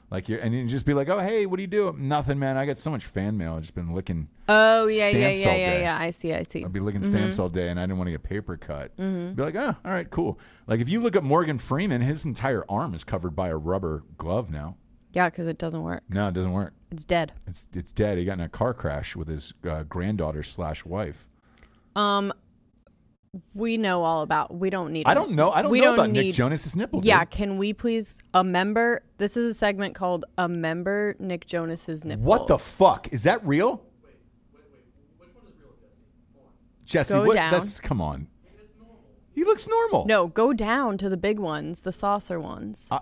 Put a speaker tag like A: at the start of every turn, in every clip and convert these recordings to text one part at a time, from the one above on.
A: like you're, and you just be like, "Oh, hey, what do you do?" Nothing, man. I got so much fan mail. I've just been licking.
B: Oh yeah,
A: Stamps
B: yeah,
A: all
B: yeah, yeah,
A: day.
B: yeah. I see, I see.
A: I'd be licking stamps all day, and I didn't want to get paper cut.
B: Mm-hmm.
A: Be like, oh, all right, cool. Like if you look at Morgan Freeman, his entire arm is covered by a rubber glove now.
B: Yeah, because it doesn't work.
A: No, it doesn't work.
B: It's dead.
A: It's it's dead. He got in a car crash with his uh, granddaughter slash wife.
B: Um, we know all about. We don't need.
A: I don't know. I don't
B: We
A: know
B: don't
A: about
B: need-
A: Nick Jonas's nipple. dude.
B: Yeah, can we please a member? This is a segment called "A Member Nick Jonas's Nipple."
A: What the fuck is that real? Jesse,
B: Go
A: what?
B: down.
A: That's come on. He looks normal.
B: no, go down to the big ones, the saucer ones.
A: Uh,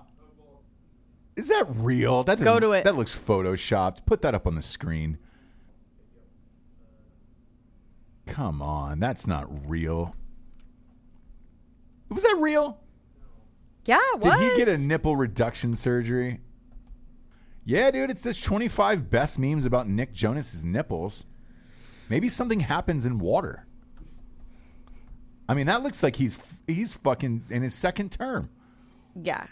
A: is that real? That
B: Go
A: doesn't-
B: to it.
A: That looks photoshopped. Put that up on the screen. Come on, that's not real. Was that real?
B: yeah, what?
A: Did he get a nipple reduction surgery? Yeah, dude, it says 25 best memes about Nick Jonas's nipples. Maybe something happens in water. I mean, that looks like he's he's fucking in his second term.
B: yeah.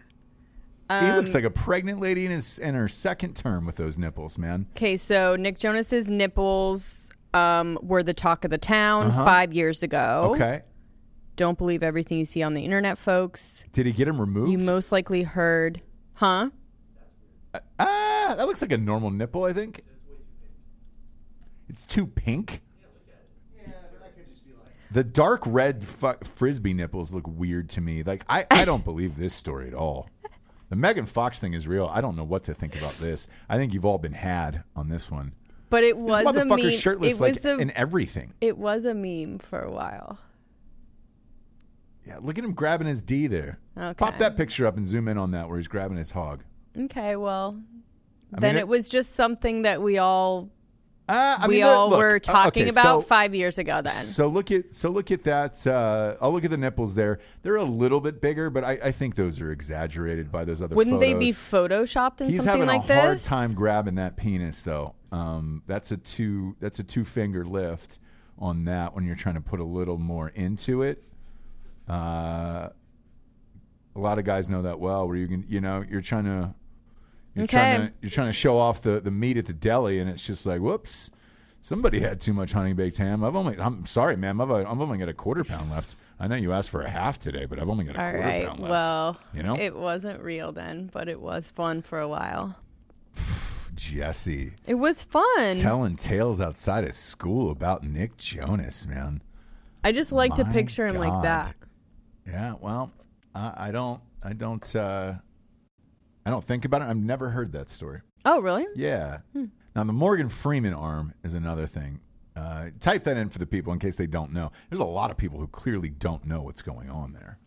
A: he
B: Um,
A: looks like a pregnant lady in his in her second term with those nipples, man.
B: Okay, so Nick Jonas's nipples um, were the talk of the town five years
A: Uh-huh.
B: ago.
A: Okay.
B: Don't believe everything you see on the internet, folks.
A: Did he get him removed?
B: You most likely heard, huh?
A: ah, that looks like a normal nipple, I think. It's too pink. The dark red fu- frisbee nipples look weird to me. Like I, I don't believe this story at all. The Megan Fox thing is real. I don't know what to think about this. I think you've all been had on this one.
B: But it
A: This
B: was a
A: motherfucker's
B: meme.
A: shirtless
B: it
A: like
B: was a
A: in everything.
B: it was a meme for a while.
A: Yeah, look at him grabbing his D there.
B: Okay.
A: Pop that picture up and zoom in on that where he's grabbing his hog.
B: Okay, well,
A: I
B: then
A: mean,
B: it, was just something that we all
A: Uh, I
B: we
A: mean,
B: all
A: look,
B: were
A: uh,
B: talking
A: okay,
B: about
A: so-
B: five years ago. Then
A: So look at so look at that. Uh, I'll look at the nipples there. They're a little bit bigger, but I, I think those are exaggerated by those other.
B: wouldn't they be
A: photos.
B: photoshopped in
A: He's
B: something
A: having
B: like
A: a
B: this?
A: hard time grabbing that penis, though. Um, that's a two. That's a two finger lift on that when you're trying to put a little more into it. Uh, a lot of guys know that well. Where you can, you know, you're trying to, you're
B: Okay.
A: trying to, you're trying to show off the the meat at the deli, and it's just like, whoops, somebody had too much honey baked ham. I've only, I'm sorry, ma'am, I've, I've only got a quarter pound left. I know you asked for a half today, but I've only got a
B: All
A: quarter
B: right.
A: pound left.
B: Well,
A: you know,
B: it wasn't real then, but it was fun for a while.
A: Jesse.
B: It was fun.
A: telling tales outside of school about Nick Jonas, man.
B: I just like to
A: My
B: picture him like
A: God.
B: that.
A: Yeah, well, I, I don't, I don't, uh, I don't think about it. I've never heard that story.
B: Oh, really?
A: Yeah. Now the Morgan Freeman arm is another thing. Uh, type that in for the people in case they don't know. There's a lot of people who clearly don't know what's going on there.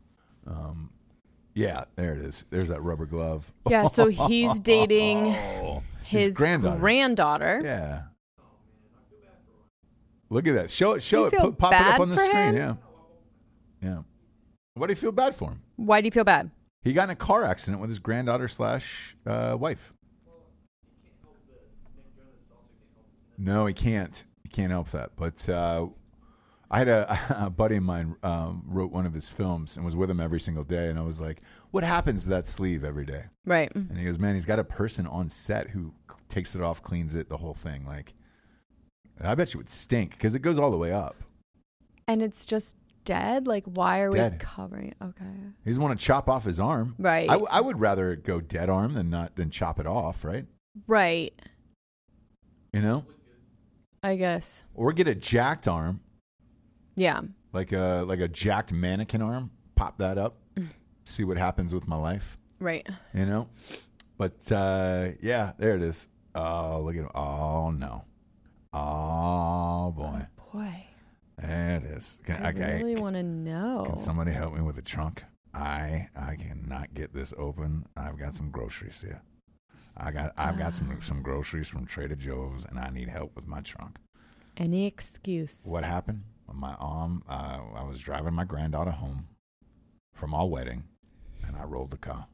A: Um, yeah, there it is. There's that rubber glove.
B: Yeah. So he's dating
A: Oh,
B: his,
A: granddaughter.
B: granddaughter.
A: Yeah. Look at that. Show it. Show
B: You
A: it.
B: feel
A: Put, pop it
B: bad
A: up on the
B: for
A: screen.
B: him?
A: Yeah. Yeah. Why do you feel bad for him?
B: Why do you feel bad?
A: He got in a car accident with his granddaughter slash uh, wife. No, he can't. He can't help that. But uh, I had a, a buddy of mine um, wrote one of his films and was with him every single day, and I was like, "What happens to that sleeve every day?"
B: Right.
A: And he goes, "Man, he's got a person on set who c- takes it off, cleans it, the whole thing. Like, I bet you would stink because it goes all the way up.
B: And it's just dead. Like, why
A: It's
B: are we
A: dead.
B: covering? it? Okay.
A: He doesn't want to chop off his arm,
B: Right.
A: I, w- I would rather it go dead arm than not than chop it off, right?
B: Right.
A: You know,
B: I guess.
A: or get a jacked arm,
B: Yeah.
A: like a like a jacked mannequin arm. Pop that up, see what happens with my life.
B: Right.
A: You know, but uh, yeah, there it is. Oh, look at him. Oh, no. Oh, boy.
B: Boy,
A: There it is. Can,
B: I
A: okay.
B: really want to know.
A: Can somebody help me with the trunk? I I cannot get this open. I've got some groceries here. I got I've got some some groceries from Trader Joe's, and I need help with my trunk.
B: Any excuse.
A: What happened? My arm. Uh, I was driving my granddaughter home from our wedding, and I rolled the car.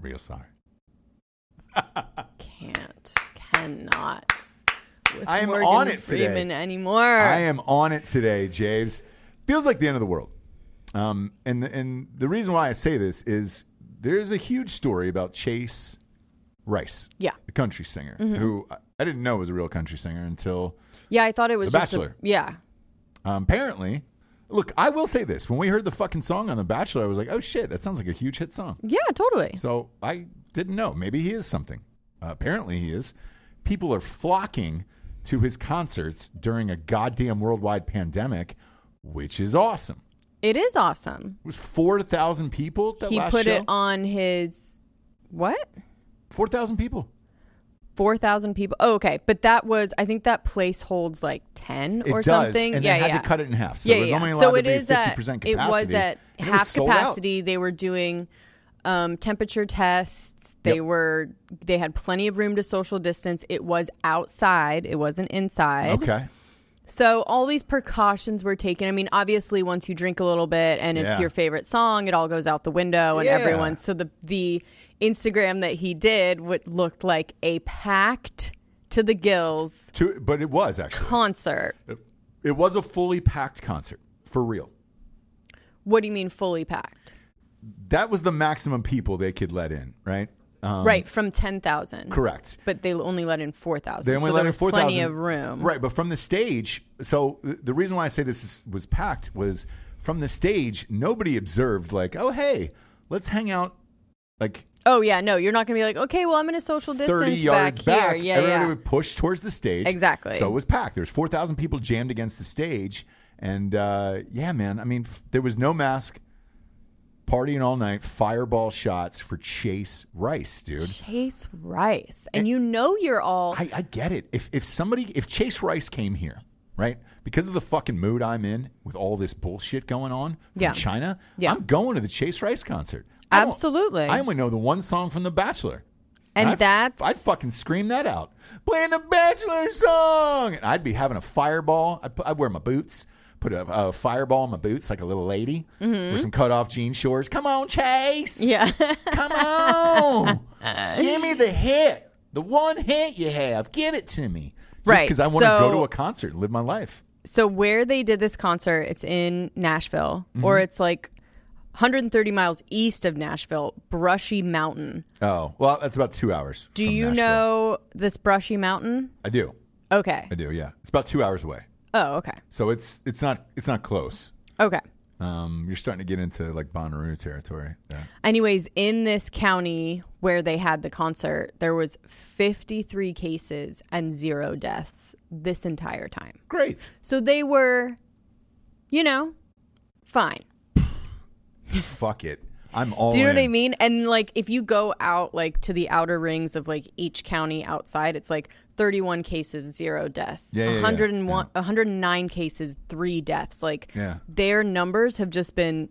A: Real sorry.
B: Can't. Cannot. With
A: I am
B: Morgan
A: on it today.
B: Freeman anymore.
A: I am on it today, Javes. Feels like the end of the world. Um, and the, and the reason why I say this is there's a huge story about Chase Rice,
B: Yeah.
A: the country singer, who I- I didn't know was a real country singer until
B: yeah, I thought it was
A: The
B: just a-
A: Bachelor.
B: yeah.
A: um, apparently. Look, I will say this: when we heard the fucking song on The Bachelor, I was like, "Oh shit, that sounds like a huge hit song."
B: Yeah, totally.
A: So I didn't know. Maybe he is something. Uh, apparently he is. People are flocking to his concerts during a goddamn worldwide pandemic, which is awesome.
B: It is awesome.
A: It was 4,000 people that
B: he
A: last
B: put
A: show.
B: it on his what?
A: 4,000 people.
B: Four thousand people. Oh, okay, but that was I think that place holds like ten
A: It
B: or
A: does,
B: something.
A: and
B: yeah,
A: they had
B: yeah.
A: to cut it in half. So
B: yeah,
A: it was
B: yeah.
A: only allowed
B: so
A: to
B: it
A: be
B: is
A: 50%
B: at
A: capacity.
B: it was at
A: and it
B: half
A: sold out.
B: capacity. They were doing um, temperature tests. They
A: Yep.
B: were they had plenty of room to social distance. It was outside. It wasn't inside.
A: Okay.
B: So all these precautions were taken. I mean, obviously, once you drink a little bit and it's
A: Yeah.
B: your favorite song, it all goes out the window, and
A: Yeah.
B: everyone. So the the Instagram that he did what looked like a packed to the gills
A: Two, but it was actually.
B: concert.
A: It was a fully packed concert, for real.
B: What do you mean fully packed?
A: That was the maximum people they could let in, right? Um,
B: right from ten thousand.
A: Correct.
B: But they only let in four thousand.
A: They only
B: so
A: let
B: there
A: in
B: was
A: four thousand.
B: Plenty of room.
A: right? But from the stage, so th- the reason why I say this is, was packed was from the stage. Nobody observed, like, oh hey, let's hang out, like
B: Oh yeah, no, you're not gonna be like, okay, well, I'm gonna social distance
A: thirty yards
B: back,
A: back.
B: here. Yeah,
A: Everybody
B: yeah.
A: would push towards the stage.
B: Exactly.
A: So it was packed. There's four thousand people jammed against the stage, and uh, yeah, man. I mean, f- there was no mask. Partying all night, fireball shots for Chase Rice, dude.
B: Chase Rice, and you know you're all
A: I, I get it. If if somebody if Chase Rice came here, right, because of the fucking mood I'm in with all this bullshit going on from
B: Yeah.
A: China,
B: Yeah.
A: I'm going to the Chase Rice concert. I don't-
B: Absolutely.
A: I only know the one song from The Bachelor.
B: And
A: I'd-
B: that's-
A: I'd fucking scream that out. Playing the Bachelor song, and I'd be having a fireball. I'd, put, I'd wear my boots, put a, a fireball in my boots like a little lady, with some cut off jean shorts. Come on, Chase.
B: Mm-hmm. yeah.
A: Come on. Give me the hit. The one hit you have. Give it to me.
B: Right,
A: Because I want to go
B: so-
A: to a concert and live my life.
B: so where they did this concert, it's in Nashville,
A: Mm-hmm.
B: or it's like 130 miles east of Nashville, Brushy Mountain.
A: Oh, well, that's about two hours.
B: Do
A: from
B: you
A: Nashville.
B: know this Brushy Mountain?
A: I do.
B: Okay.
A: I do, yeah. It's about two hours away.
B: Oh, okay.
A: So it's it's not it's not close.
B: Okay.
A: Um, you're starting to get into like Bonnaroo territory. Yeah.
B: Anyways, in this county where they had the concert, there was 53 cases and 0 deaths this entire time.
A: Great.
B: So they were you know, fine.
A: Fuck it. I'm all
B: Do you know
A: in.
B: what I mean? And like if you go out like to the outer rings of like each county outside, it's like 31 cases, 0 deaths.
A: Yeah, yeah, yeah.
B: 101 109 cases, 3 deaths. Like
A: Yeah.
B: their numbers have just been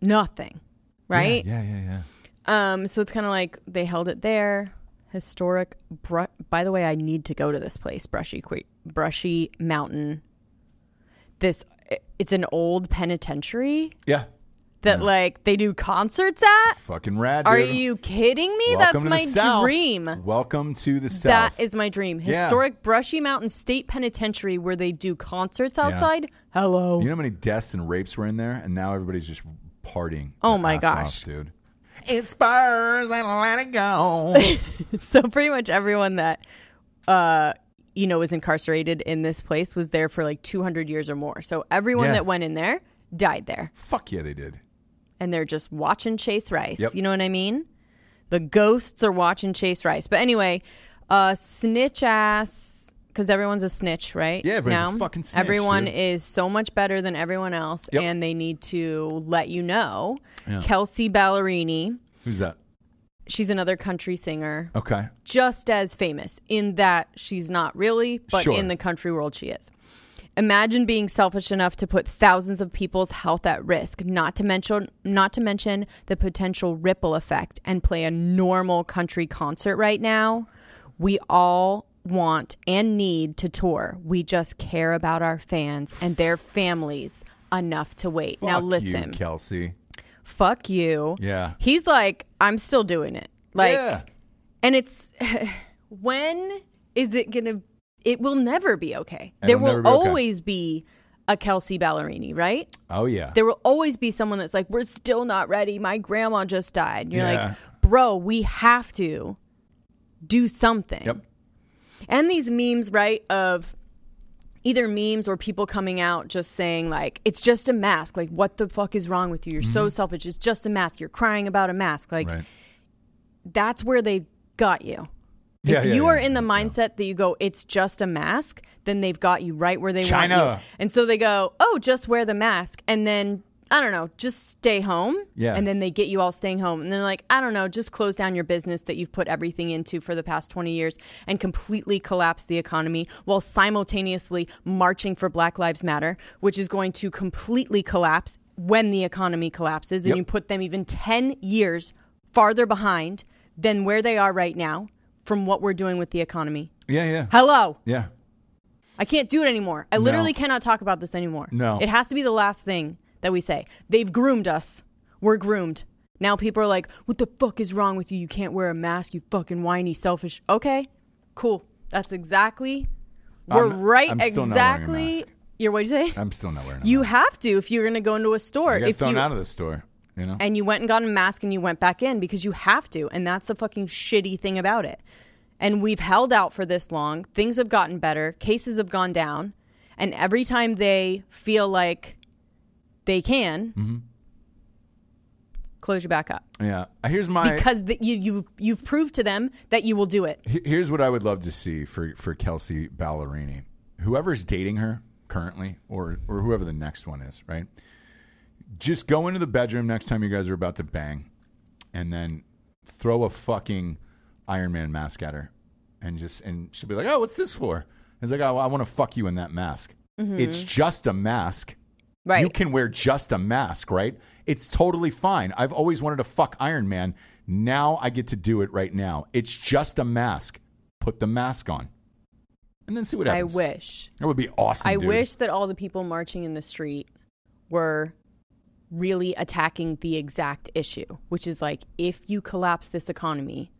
B: nothing. Right?
A: Yeah, yeah, yeah.
B: Um so it's kind of like they held it there. Historic bru- By the way, I need to go to this place, Brushy Que- Brushy Mountain. This it's an old penitentiary
A: Yeah.
B: that like they do concerts at?
A: Fucking rad.
B: Are
A: dude.
B: you kidding me?
A: Welcome to the
B: That's my
A: South.
B: dream.
A: Welcome to the South.
B: That is my dream.
A: Yeah.
B: Historic Brushy Mountain State Penitentiary where they do concerts outside. Hello.
A: You know how many deaths and rapes were in there, and now everybody's just partying.
B: Oh
A: their
B: my
A: ass
B: gosh.
A: off, dude! It spurs and let it go.
B: So pretty much everyone that uh you know was incarcerated in this place was there for like 200 years or more. So everyone
A: Yeah.
B: that went in there died there
A: Fuck yeah, they did.
B: and they're just watching Chase Rice.
A: Yep.
B: You know what I mean? The ghosts are watching Chase Rice. But anyway, uh snitch ass because everyone's a snitch, right?
A: Yeah, everybody's a
B: Now,
A: fucking snitch,
B: Everyone
A: dude.
B: is so much better than everyone else,
A: Yep.
B: and they need to let you know.
A: Yeah.
B: Kelsey Ballerini,
A: Who's that?
B: She's another country singer,
A: Okay.
B: just as famous in that she's not really, but
A: Sure.
B: in the country world, she is. Imagine being selfish enough to put thousands of people's health at risk, not to mention not to mention the potential ripple effect and play a normal country concert right now. We all want and need to tour. We just care about our fans and their families enough to wait. now
A: Fuck you,
B: listen.
A: Kelsey.
B: fuck you.
A: Yeah.
B: He's like, I'm still doing it. Like
A: yeah.
B: and it's when is it gonna? It will never be okay.
A: It'll
B: there will
A: never be okay.
B: always be a Kelsey Ballerini, right?
A: Oh yeah.
B: There will always be someone that's like, "We're still not ready. My grandma just died." And you're
A: Yeah.
B: like, "Bro, we have to do something."
A: yep.
B: And these memes, right? Of either memes or people coming out just saying like, "It's just a mask. Like, what the fuck is wrong with you? You're so selfish. It's just a mask. You're crying about a mask." Like,
A: Mm-hmm. Right.
B: that's where they got you.
A: Yeah,
B: if
A: yeah,
B: you
A: yeah.
B: are in the mindset that you go, it's just a mask, then they've got you right where they want
A: China.
B: you. And so they go, oh, just wear the mask. And then, I don't know, just stay home.
A: Yeah.
B: And then they get you all staying home. And they're like, I don't know, just close down your business that you've put everything into for the past 20 years and completely collapse the economy while simultaneously marching for Black Lives Matter, which is going to completely collapse when the economy collapses. And
A: Yep.
B: you put them even 10 years farther behind than where they are right now from what we're doing with the economy.
A: Yeah, yeah.
B: Hello.
A: yeah.
B: I can't do it anymore. I literally cannot talk about this anymore.
A: No.
B: It has to be the last thing that we say. They've groomed us. We're groomed. Now people are like, what the fuck is wrong with you? You can't wear a mask, you fucking whiny, selfish. Okay, cool. That's exactly. We're
A: I'm-
B: right
A: I'm still not wearing a
B: exactly.
A: mask.
B: You're what you say?
A: I'm still not wearing. A
B: you
A: mask.
B: have to if you're going to go into a store.
A: I got
B: if
A: thrown
B: you,
A: out of the store. You know.
B: and you went and got a mask and you went back in because you have to and that's the fucking shitty thing about it and we've held out for this long things have gotten better cases have gone down and every time they feel like they can close your back up
A: yeah. Uh, Here's my.
B: because the, you, you you've proved to them that you will do it
A: Here- Here's what I would love to see for for Kelsey Ballerini, whoever's dating her currently, or or whoever the next one is, right? Just go into the bedroom next time you guys are about to bang, and then throw a fucking Iron Man mask at her, and just and she'll be like, "Oh, what's this for?" It's like, "Oh, I want to fuck you in that mask. It's just a mask."
B: Mm-hmm. right
A: You can wear just a mask, right? It's totally fine. I've always wanted to fuck Iron Man. Now I get to do it right now. It's just a mask. Put the mask on. And then see what
B: i
A: happens.
B: wish
A: That would be awesome.
B: I
A: dude.
B: wish that all the people marching in the street were really attacking the exact issue, which is like if you collapse this economy,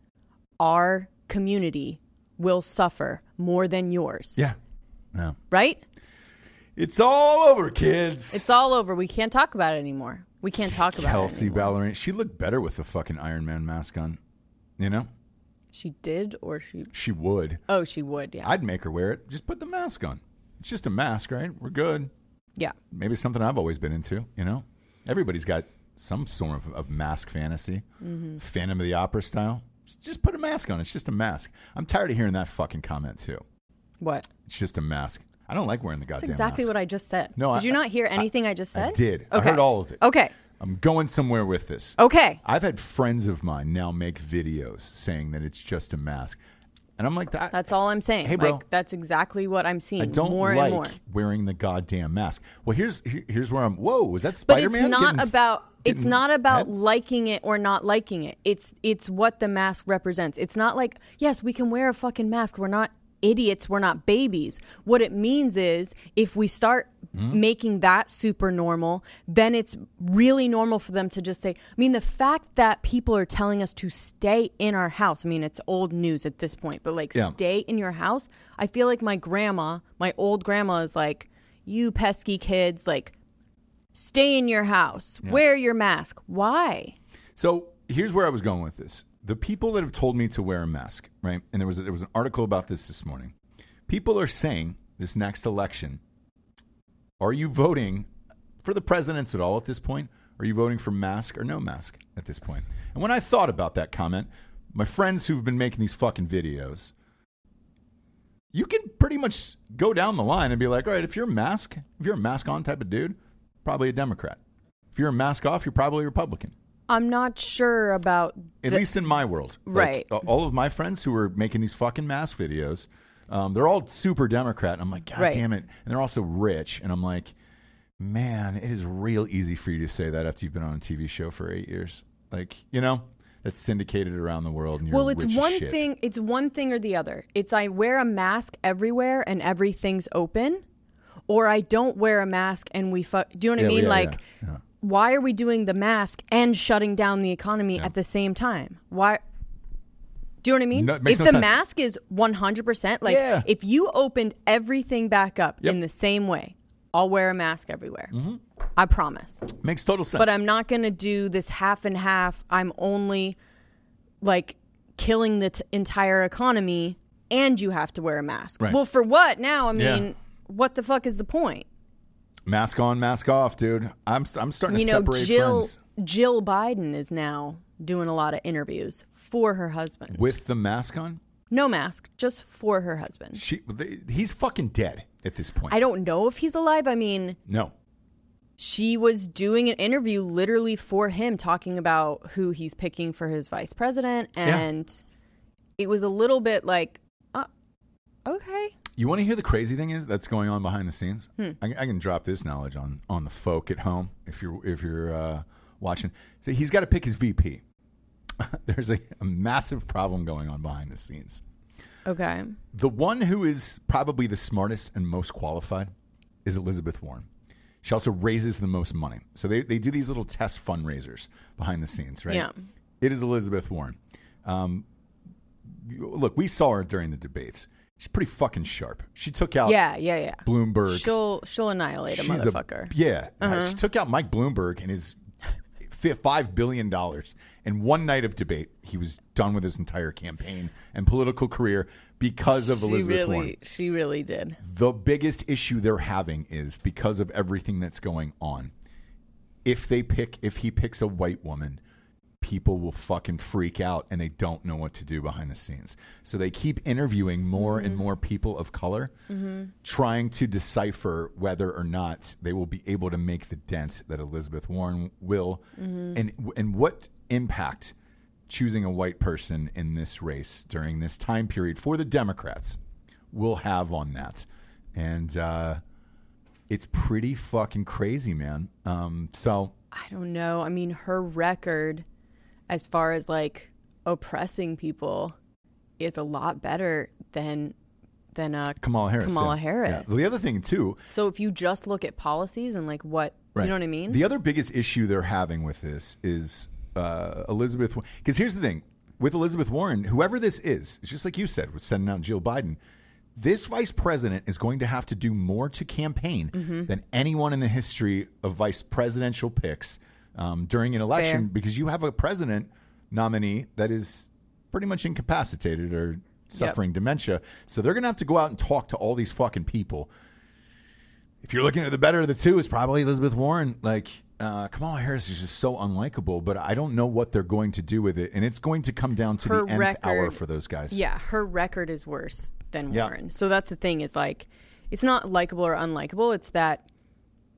B: our community will suffer more than yours.
A: Yeah. No.
B: Right?
A: It's all over, kids.
B: It's all over. We can't talk about it anymore. We can't talk about it.
A: Kelsey
B: anymore.
A: Ballerini. She looked better with the fucking Iron Man mask on. You know?
B: She did or she
A: She would.
B: Oh, she would. Yeah.
A: I'd make her wear it. Just put the mask on. It's just a mask, right? We're good.
B: yeah.
A: maybe something I've always been into. You know, everybody's got some sort of, of mask fantasy,
B: Mm-hmm.
A: Phantom of the Opera style. Just- Just put a mask on. It's just a mask. I'm tired of hearing that fucking comment too.
B: What?
A: It's just a mask. I don't like wearing the
B: That's
A: goddamn.
B: exactly
A: mask.
B: what I just said.
A: No,
B: did
A: I-
B: you not hear
A: I-
B: anything I, just
A: I
B: said?
A: did. I heard all of it.
B: Okay.
A: I'm going somewhere with this.
B: Okay.
A: I've had friends of mine now make videos saying that it's just a mask, and I'm like, that,
B: That's all I'm saying.
A: Hey, bro.
B: Like that's exactly what I'm seeing
A: I don't
B: more
A: like
B: and more.
A: wearing the goddamn mask. Well, here's here- here's where I'm. Whoa, was that
B: but
A: Spider Man?
B: it's not about it's
A: getting
B: not
A: head?
B: about liking it or not liking it it's it's what the mask represents it's not like yes we can wear a fucking mask we're not idiots we're not babies what it means is if we start
A: Hmm?
B: making that super normal then it's really normal for them to just say i mean the fact that people are telling us to stay in our house i mean it's old news at this point but like
A: Yeah.
B: stay in your house i feel like my grandma my old grandma is like you pesky kids like stay in your house, wear your mask. Why?
A: So here's where I was going with this. The people that have told me to wear a mask, right? And there was there was an article about this this morning. People are saying this next election, are you voting for the presidents at all at this point? Are you voting for mask or no mask at this point? And when I thought about that comment, my friends who've been making these fucking videos, you can pretty much go down the line and be like, all right, if you're a mask, if you're a mask on type of dude, probably a Democrat. If you're a mask off, you're probably a Republican.
B: I'm not sure about
A: At least in my world. Like,
B: Right.
A: a- all of my friends who are making these fucking mask videos, um, they're all super Democrat. And I'm like, God
B: Right.
A: damn it. And they're also rich. And I'm like, man, it is real easy for you to say that after you've been on a TV show for eight years. Like, you know, that's syndicated around the world. And you're
B: Well, it's
A: rich as
B: one
A: shit.
B: thing. It's one thing or the other. It's I wear a mask everywhere and everything's open, or I don't wear a mask and we fuck. Do you know what
A: Yeah,
B: I
A: well,
B: mean?
A: yeah,
B: like,
A: yeah, yeah.
B: why are we doing the mask and shutting down the economy at the same time? Why? Do you know what I mean?
A: No, it makes no
B: if the
A: sense.
B: mask is one hundred percent, like
A: Yeah.
B: if you opened everything back up
A: Yep. Mm-hmm.
B: in the same way, I'll wear a mask everywhere. I promise
A: Makes total sense.
B: but I'm not going to do this half and half. I'm only like killing the t- entire economy and you have to wear a mask.
A: Right.
B: Well, for what now? I
A: Yeah.
B: mean, what the fuck is the point?
A: mask on, mask off, dude. I'm, st- I'm starting
B: You
A: to
B: know,
A: separate
B: Jill
A: friends
B: Jill Biden is now doing a lot of interviews for her husband.
A: with the mask on.
B: no mask, just for her husband.
A: She, they, he's fucking dead at this point.
B: I don't know if he's alive. I mean,
A: No.
B: she was doing an interview literally for him talking about who he's picking for his vice president
A: Yeah.
B: and it was a little bit like uh, okay
A: You want to hear the crazy thing is that's going on behind the scenes? I, I can drop this knowledge on on the folk at home if you're if you're uh, watching. So he's got to pick his VP. There's a, a massive problem going on behind the scenes.
B: okay
A: The one who is probably the smartest and most qualified is Elizabeth Warren. She also raises the most money. So they, they do these little test fundraisers behind the scenes, right?
B: Yeah.
A: It is Elizabeth Warren. Um, you- look, we saw her during the debates. She's pretty fucking sharp. She took out
B: yeah yeah yeah
A: Bloomberg.
B: she'll she'll annihilate a
A: Uh, She's
B: motherfucker Uh-huh.
A: yeah. She took out Mike Bloomberg and his fi- $5 billion. In one night of debate, he was done with his entire campaign and political career because of Elizabeth
B: really
A: Warren
B: she really did
A: the biggest issue they're having is because of everything that's going on. If they pick, if he picks a white woman, people will fucking freak out and they don't know what to do behind the scenes. So they keep interviewing more and more people of color, trying to decipher whether or not they will be able to make the dent that Elizabeth Warren will, and and what impact choosing a white person in this race during this time period for the Democrats will have on that. And uh, it's pretty fucking crazy, man. Um, so
B: i don't know i mean her record as far as like oppressing people is a lot better than than uh
A: Kamala Harris.
B: Kamala
A: yeah.
B: Harris.
A: Yeah. Well, the other thing too,
B: so if you just look at policies and like what do you know what i mean
A: The other biggest issue they're having with this is uh, Elizabeth. Because here's the thing with Elizabeth Warren, whoever this is, it's just like you said, with sending out Jill Biden. This vice president is going to have to do more to campaign
B: Mm-hmm.
A: than anyone in the history of vice presidential picks um, during an election
B: Fair.
A: because you have a president nominee that is pretty much incapacitated or suffering dementia. So they're going to have to go out and talk to all these fucking people if you're looking at the better of the two, it's probably Elizabeth Warren. Like uh, Kamala Harris is just so unlikable, but I don't know what they're going to do with it, and it's going to come down to
B: Her
A: the nth hour
B: record-
A: for those guys.
B: Yeah, her record is worse than
A: Yeah.
B: Warren. So that's the thing is like it's not likable or unlikable. It's that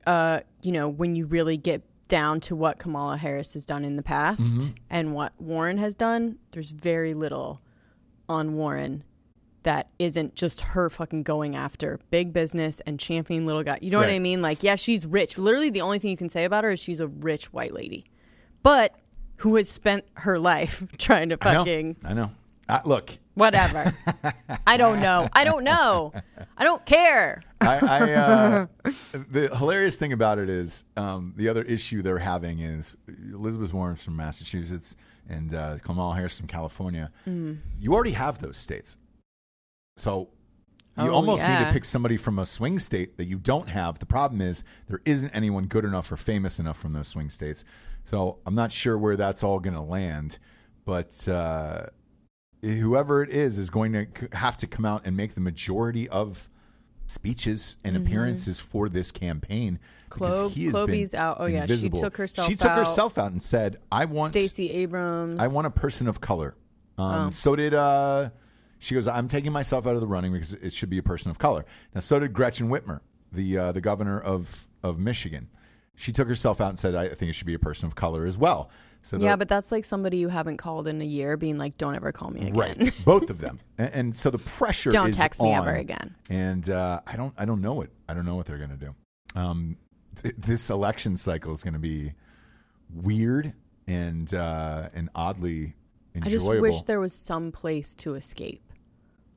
B: uh, you know, when you really get down to what Kamala Harris has done in the past
A: Mm-hmm.
B: and what Warren has done, there's very little on Warren that isn't just her fucking going after big business and championing little guy. You know what I
A: Right.
B: mean? Like, yeah, she's rich. Literally the only thing you can say about her is she's a rich white lady. But who has spent her life trying to
A: I know.
B: fucking
A: I know. I, look,
B: whatever. I don't know. I don't know. I don't care.
A: I, I uh, the hilarious thing about it is um, the other issue they're having is Elizabeth Warren's from Massachusetts and uh, Kamala Harris from California.
B: Mm.
A: You already have those states, so you
B: Oh,
A: almost need
B: yeah.
A: to pick somebody from a swing state that you don't have. The problem is there isn't anyone good enough or famous enough from those swing states. So I'm not sure where that's all going to land, but. Uh, Whoever it is is going to c- have to come out and make the majority of speeches and
B: Mm-hmm.
A: appearances for this campaign. because
B: Clobe-
A: he has been
B: Clobe's out. Oh, yeah, she
A: invisible.
B: took herself
A: She took
B: out.
A: herself out and said, "I want
B: Stacey Oh. Abrams.
A: I want a person of color." Um, So did uh, she goes? I'm taking myself out of the running because it should be a person of color. Now, so did Gretchen Whitmer, the uh, the governor of of Michigan. She took herself out and said, "I think it should be a person of color as well." So
B: Yeah,
A: the-
B: but that's like somebody you haven't called in a year being like, don't ever call me again.
A: Right, both of them, and, and so the pressure.
B: Don't
A: is
B: text me
A: on,
B: ever again.
A: And uh, I don't, I don't know what, I don't know what they're going to do. Um, th- this election cycle is going to be weird and uh, and oddly
B: I
A: enjoyable.
B: just wish there was some place to escape.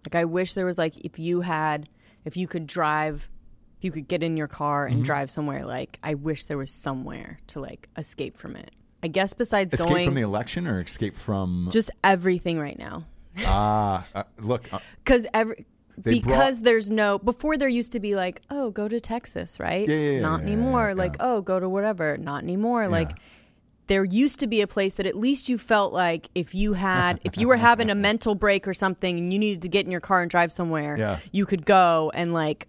B: Like I wish there was like if you had if you could drive if you could get in your car
A: Mm-hmm.
B: and drive somewhere like I wish there was somewhere to like escape from it. I guess besides
A: escape
B: going
A: from the election or escape from
B: just everything right now.
A: ah uh, look. Uh,
B: Cuz every
A: They brought-
B: because there's no before there used to be like oh go to Texas right
A: Yeah, yeah, yeah,
B: not
A: yeah,
B: anymore
A: yeah,
B: like
A: yeah.
B: oh go to whatever not anymore like there used to be a place that at least you felt like if you had if you were having a mental break or something and you needed to get in your car and drive somewhere
A: Yeah.
B: you could go and like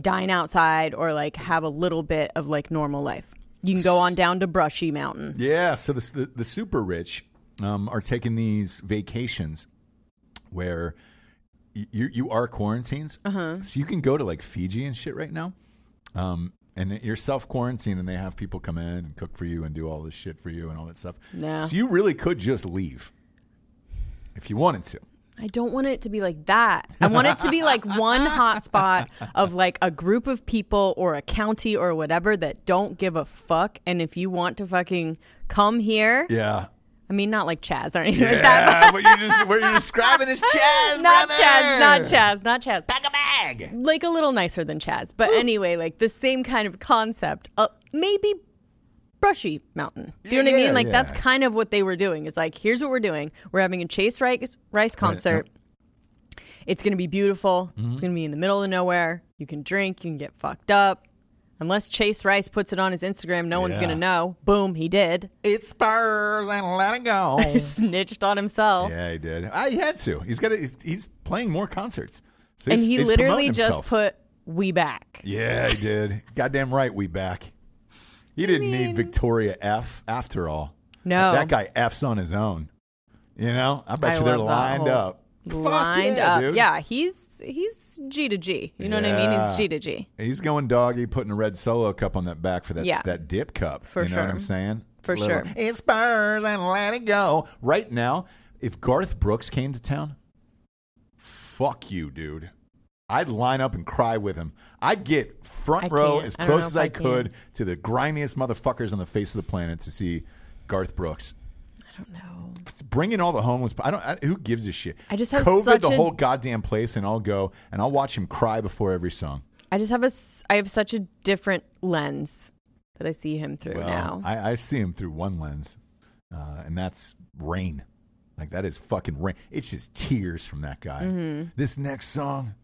B: dine outside or like have a little bit of like normal life you can go on down to brushy mountain
A: Yeah, so the the, the super rich um, are taking these vacations where y- you you are quarantines, uh-huh. so you can go to like Fiji and shit right now, um, and you're self quarantined, and they have people come in and cook for you and do all this shit for you and all that stuff.
B: Yeah.
A: So you really could just leave if you wanted to.
B: I don't want it to be like that. I want it to be like one hotspot of like a group of people or a county or whatever that don't give a fuck. And if you want to fucking come here,
A: Yeah.
B: I mean, not like Chaz or anything like that.
A: Yeah, what you're, just, what you're describing is Chaz,
B: Not
A: brother.
B: Chaz, not Chaz, not Chaz.
A: Pack a bag.
B: Like a little nicer than Chaz. But anyway, like the same kind of concept. Uh, maybe brushy mountain. Do you know what
A: Yeah,
B: I mean? Like
A: yeah.
B: that's kind of what they were doing. It's like, here's what we're doing. We're having a Chase Rice, Rice concert. It's going to be beautiful.
A: Mm-hmm.
B: It's going to be in the middle of nowhere. You can drink. You can get fucked up. Unless Chase Rice puts it on his Instagram, no one's
A: Yeah.
B: going to know. Boom, he did.
A: It spurs and let it go.
B: Snitched on himself.
A: Yeah, he did. I he had to. He's got. to He's, he's playing more concerts. So
B: and
A: he's-
B: he
A: he's
B: literally
A: promoting
B: just
A: himself.
B: put, we back.
A: Yeah, he did. Goddamn right, we back. He didn't need Victoria F. After all,
B: No.
A: that guy F's on his own. You know, I bet
B: I
A: you they're
B: love that
A: lined
B: whole-
A: up. Fuck
B: lined
A: yeah,
B: up.
A: dude.
B: Yeah, he's he's G to G. You know what I mean? He's
A: Yeah.
B: G to G.
A: He's going doggy, putting a red solo cup on that back for that
B: Yeah.
A: that dip cup.
B: For
A: you know what
B: sure.
A: I'm saying?
B: For
A: Little-
B: sure.
A: It spurs and let it go. Right now, if Garth Brooks came to town, fuck you, dude. I'd line up and cry with him. I'd get front
B: I
A: row
B: can't.
A: as
B: I don't know
A: close as
B: if
A: I,
B: I can.
A: could to the grimiest motherfuckers on the face of the planet to see Garth Brooks.
B: I don't know.
A: It's bringing all the homeless. I don't. I, who gives a shit?
B: I just have
A: COVID
B: such
A: the
B: a-
A: whole goddamn place, and I'll go and I'll watch him cry before every song.
B: I just have a s- I have such a different lens that I see him through
A: Well,
B: now.
A: I, I see him through one lens, uh, and that's rain. Like that is fucking rain. It's just tears from that guy.
B: Mm-hmm.
A: This next song,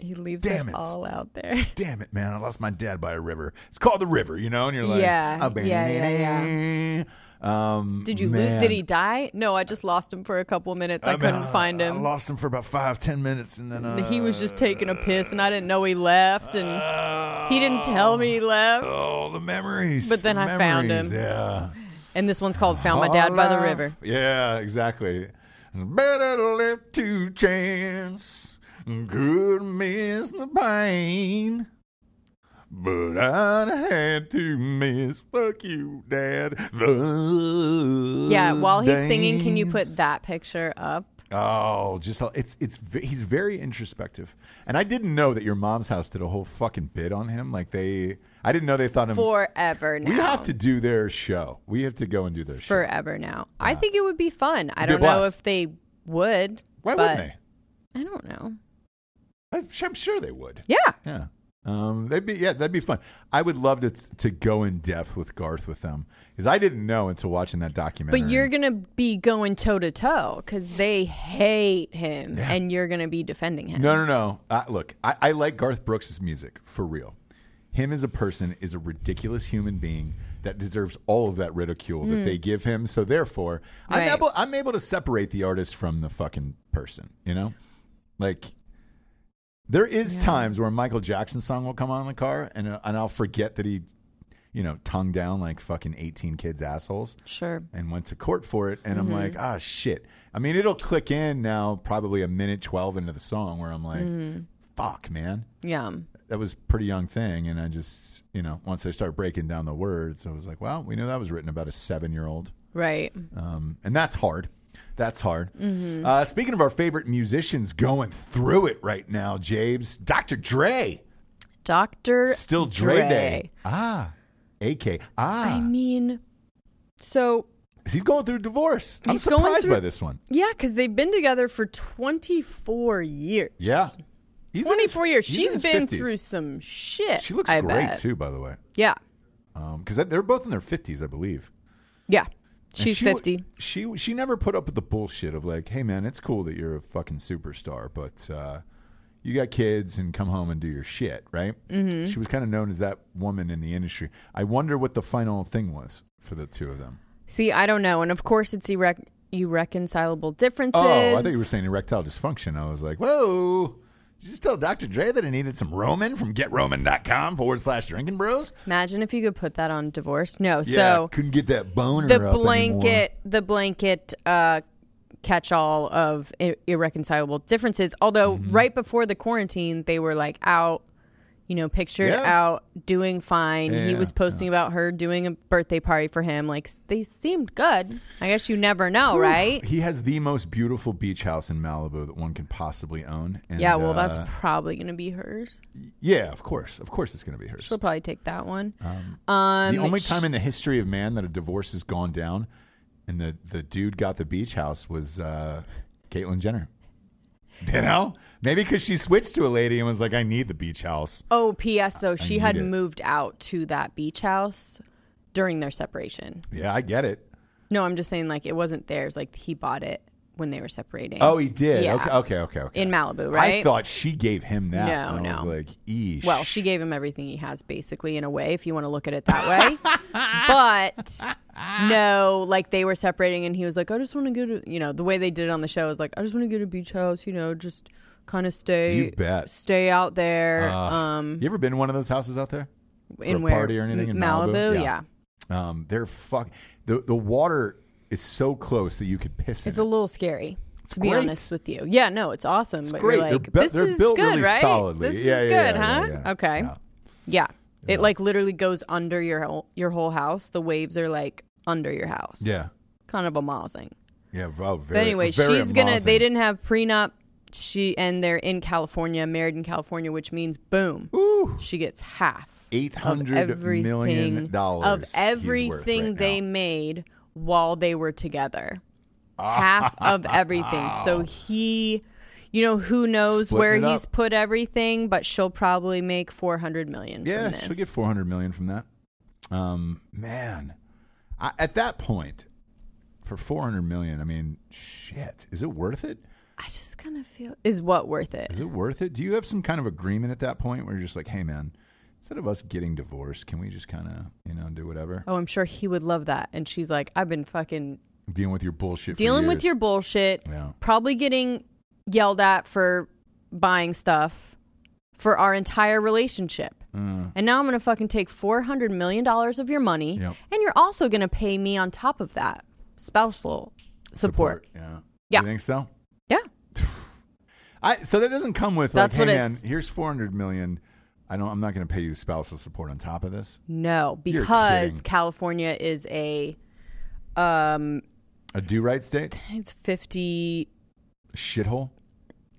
B: he leaves
A: damn
B: it,
A: it.
B: all out there.
A: damn it, man! I lost my dad by a river. It's called the river, you know. And you're like,
B: Yeah,
A: "Ah, bah,
B: yeah, yeah,
A: nah, nah." Um,
B: Did you
A: man.
B: lose? Did he die? No, I just lost him for a couple minutes. I,
A: mean,
B: couldn't find
A: I
B: him.
A: lost him for about five, ten minutes, and then uh,
B: he was just taking a piss, and I didn't know he left, and he didn't tell me he left.
A: uh, Oh, the memories!
B: But then
A: the
B: I found
A: memories,
B: him.
A: Yeah.
B: And this one's called "Found My Dad by the
A: Alive.
B: River."
A: Yeah, exactly. Better to live to chance. Could miss the pain. But I'd had to miss fuck you, Dad. The
B: Yeah, while he's singing, can you
A: days.
B: put that picture up?
A: Oh, just it's it's ve- he's very introspective, and I didn't know that your mom's house did a whole fucking bit on him. Like they, I didn't know they thought him.
B: Forever now.
A: we have to do their show. We have to go and do their show.
B: forever now. I think it would be fun. I
A: It'd be a
B: don't know
A: blast.
B: if they would.
A: Why
B: but
A: wouldn't they?
B: I don't know.
A: I'm su- I'm sure they would.
B: Yeah.
A: Yeah. Um, that'd be yeah, that'd be fun. I would love to to go in depth with Garth with them because I didn't know until watching that documentary.
B: But you're going to be going toe to toe because they hate him and you're going to be defending him.
A: no, no, no. Uh, look, I, I like Garth Brooks' music for real. Him as a person is a ridiculous human being that deserves all of that ridicule that they give him. So therefore, I'm
B: Hmm. Right.
A: able I'm able to separate the artist from the fucking person. You know, like There is times where a Michael Jackson song will come on in the car, and uh, and I'll forget that he, you know, tongued down like fucking eighteen kids assholes,
B: Sure.
A: and went to court for it.
B: Mm-hmm.
A: And I'm like, ah, shit. I mean, it'll click
B: Mm-hmm.
A: in now, probably a minute twelve into the song, where I'm like, fuck, man,
B: Yeah.
A: That- that was a pretty young thing, and I just you know once they started breaking down the words, I was like, well, we know that was written about a seven year old,
B: Right.
A: um, and that's hard. That's hard.
B: Mm-hmm.
A: Uh, speaking of our favorite musicians going through it right now, Jabes, Dr. Dre,
B: Dr.
A: still Dre, Day, ah, AK,
B: I
A: ah,
B: mean, so
A: he's going through a divorce. I'm
B: He's going
A: surprised
B: through-
A: by this one.
B: yeah, because they've been together for 24 years.
A: Yeah, he's in his-
B: 24 years.
A: he's in
B: She's
A: his
B: been
A: 50s.
B: through some shit.
A: She looks
B: I
A: great
B: bet.
A: too, by the way,
B: Yeah.
A: because they're both in their fifties, I believe.
B: Yeah.
A: And
B: She's
A: she w-
B: 50.
A: She she never put up with the bullshit of like, hey man, it's cool that you're a fucking superstar, but uh, you got kids and come home and do your shit, right? Mm-hmm. She was kind of known as that woman in the industry. I wonder what the final thing was for the two of them.
B: See, I don't know. And of course, it's irre- irreconcilable differences.
A: Oh, I thought you were saying erectile dysfunction. I was like, whoa. Did you just tell Dr. Dre that I needed some Roman from getroman.com forward slash drinking bros?
B: Imagine if you could put that on divorce. No,
A: Yeah,
B: so
A: couldn't get that boner
B: the
A: up anymore.
B: blanket, the blanket uh, catch-all of i- irreconcilable differences. Although
A: Mm-hmm.
B: right before the quarantine, they were like out, you know, pictured
A: Yeah.
B: out doing fine. he
A: Yeah,
B: was posting about her doing a birthday party for him. Like s- they seemed good. I guess you never know, right?
A: He has the most beautiful beach house in Malibu that one can possibly own. And,
B: Yeah, well, that's
A: uh,
B: probably going to be hers.
A: yeah, of course, of course, it's going to be hers.
B: She'll probably take that one.
A: the only time in the history of man that a divorce has gone down, and the the dude got the beach house was uh, Caitlyn Jenner. You know, maybe because she switched to a lady and was like, "I need the beach house."
B: Oh, P.S. Though she
A: need
B: had
A: it.
B: moved out to that beach house during their separation.
A: Yeah, I get it.
B: No, I'm just saying like it wasn't theirs. Like he bought it when they were separating.
A: Oh, he did.
B: Yeah.
A: Okay, okay, okay, okay.
B: in Malibu,
A: I
B: right?
A: thought she gave him that.
B: No,
A: and I
B: no.
A: was like, "Eesh."
B: well, she gave him everything he has, basically, in a way, if you want to look at it that way. but no, like they were separating, and he was like, "I just want to go to," you know, the way they did it on the show is like, "I just want to go to beach house," you know, just kind of stay,
A: You bet.
B: stay out there, um,
A: you ever been to one of those houses out there?
B: in
A: a
B: where
A: party or anything in
B: Malibu,
A: Malibu? Yeah.
B: yeah.
A: Um, they're fuck. The the water is so close that you could piss in.
B: It's
A: it.
B: a little scary. To be
A: great.
B: honest with you, yeah, no, it's awesome. but
A: great.
B: you're
A: They're
B: like,
A: bu-
B: this
A: they're
B: is
A: built
B: good,
A: really
B: right?
A: solidly.
B: This
A: Yeah,
B: is
A: yeah,
B: good,
A: yeah,
B: huh?
A: yeah, yeah.
B: Okay.
A: Yeah.
B: Yeah. It like literally goes under your whole, your whole house. The waves are like under your house.
A: yeah,
B: Kind of amazing.
A: yeah. wow, very,
B: But anyway,
A: very
B: she's gonna. They
A: amazing.
B: didn't have prenup. She and they're in California, married in California, which means boom,
A: Ooh,
B: she gets half
A: eight
B: of
A: hundred million
B: everything
A: dollars
B: of
A: he's worth
B: everything
A: right
B: they
A: now.
B: made while they were together.
A: Ah.
B: Half of everything. So he. You know who knows
A: Splitting
B: where
A: it
B: he's
A: up.
B: put everything, but she'll probably make four hundred million.
A: Yeah,
B: from this.
A: she'll get four hundred million from that. Um, man, I, at that point, for four hundred million, I mean, shit, is it worth it?
B: I just kind of feel is what worth it.
A: Is it worth it? Do you have some kind of agreement at that point where you're just like, hey, man, instead of us getting divorced, can we just kind of, you know, do whatever?
B: Oh, I'm sure he would love that. And she's like, I've been fucking
A: Dealing with your bullshit. for
B: dealing with
A: years.
B: your bullshit,
A: Yeah.
B: probably getting yelled at for buying stuff for our entire relationship.
A: Mm.
B: And now I'm going to fucking take $400 million of your money.
A: Yep.
B: And you're also going to pay me on top of that spousal support.
A: Yeah.
B: Yeah.
A: You think so?
B: Yeah.
A: I, so that doesn't come with
B: That's
A: like,
B: what
A: hey
B: it's-
A: man, here's four hundred million. I don't. I'm not going to pay you spousal support on top of this.
B: No,
A: You're
B: because
A: kidding.
B: California is a um
A: A do right state,
B: it's 50
A: shithole,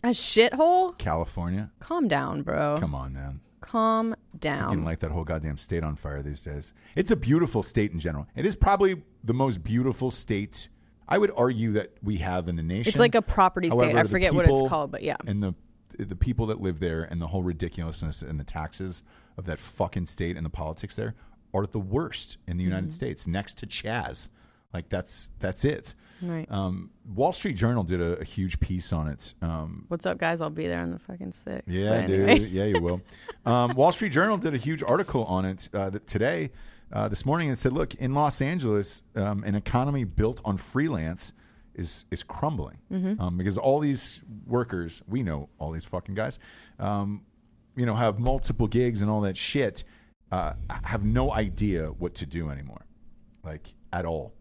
B: a shithole.
A: California.
B: Calm down, bro.
A: Come on, man.
B: Calm
A: You can
B: down.
A: light that whole goddamn state on fire these days. It's a beautiful state in general. It is probably the most beautiful state. I would argue that we have in the nation.
B: It's like a property state.
A: However,
B: I
A: the
B: forget what it's
A: people
B: called, but yeah.
A: and the the people that live there and the whole ridiculousness and the taxes of that fucking state and the politics there are the worst in the
B: Mm-hmm.
A: United States, next to Chaz. Like that's that's it.
B: Right.
A: Um, Wall Street Journal did a, a huge piece on it. Um,
B: What's up, guys? I'll be there on the fucking six.
A: yeah,
B: But anyway.
A: dude. Yeah, you will. Um, Wall Street Journal did a huge article on it uh, that today, uh, this morning, and said, "Look, in Los Angeles, um, an economy built on freelance is is crumbling um, because all these workers, we know all these fucking guys, um, you know, have multiple gigs and all that shit, uh, have no idea what to do anymore, like at all."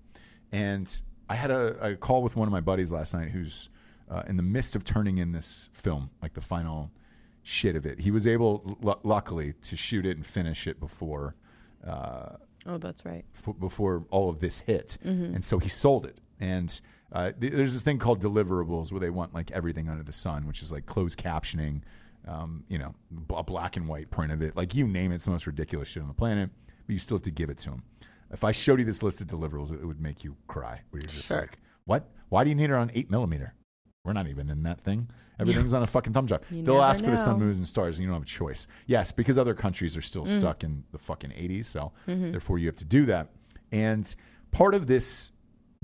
A: And I had a, a call with one of my buddies last night who's uh, in the midst of turning in this film, like the final shit of it. He was able, l- luckily, to shoot it and finish it before uh,
B: Oh, that's right.
A: f- before all of this hit, and so he sold it. And uh, th- there's this thing called deliverables where they want like everything under the sun, which is like closed captioning, um, you know, bl- a black and white print of it, like you name it, it's the most ridiculous shit on the planet. But you still have to give it to them. If I showed you this list of deliverables, it, it would make you cry. Where you're just
B: Sure.
A: like, what? Why do you need it on eight millimeter? We're not even in that thing. Everything's on a fucking thumb drive.
B: You
A: They'll
B: never
A: ask for the sun,
B: know. Mm.
A: moons, and stars, and you don't have a choice. Yes, because other countries are still stuck in the fucking 80s, so
B: Mm-hmm.
A: therefore you have to do that. And part of this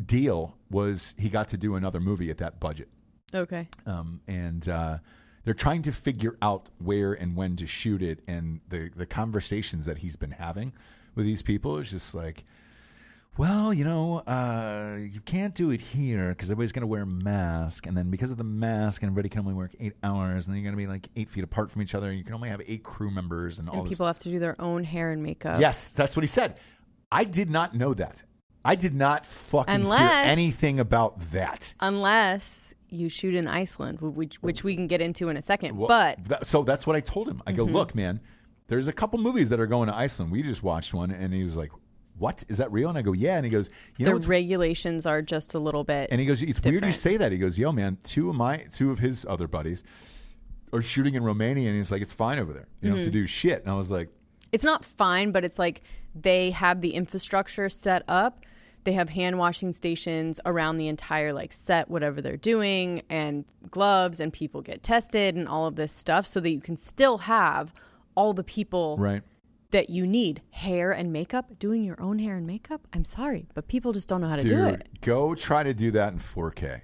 A: deal was he got to do another movie at that budget.
B: Okay.
A: Um, and uh, they're trying to figure out where and when to shoot it. And the, the conversations that he's been having with these people is just like, well, you know, uh, you can't do it here because everybody's going to wear a mask. And then because of the mask, everybody can only work eight hours. And then you're going to be like eight feet apart from each other. And you can only have eight crew members and, all
B: And
A: this.
B: people have to do their own hair and makeup.
A: Yes, that's what he said. I did not know that. I did not fucking
B: Unless-
A: hear anything about that.
B: Unless you shoot in Iceland, which which we can get into in a second.
A: Well,
B: but Mm-hmm.
A: that- so that's what I told him. I go, look, man, there's a couple movies that are going to Iceland. We just watched one, and he was like, "What is that real?" And I go, "Yeah." And he goes, "You know,
B: the
A: it's
B: regulations are just a little bit.
A: And he goes, "It's weird you
B: different.
A: say that." He goes, "Yo, man, two of my two of his other buddies are shooting in Romania, and he's like, it's fine over there. You don't have
B: Mm-hmm.
A: to do shit." And I was like,
B: it's not fine, but it's like they have the infrastructure set up. They have hand washing stations around the entire like set, whatever they're doing, and gloves, and people get tested and all of this stuff, so that you can still have all the people
A: "Right."
B: that you need. Hair and makeup, doing your own hair and makeup. I'm sorry, but people just don't know how to
A: Dude,
B: do it.
A: go try to do that in 4K.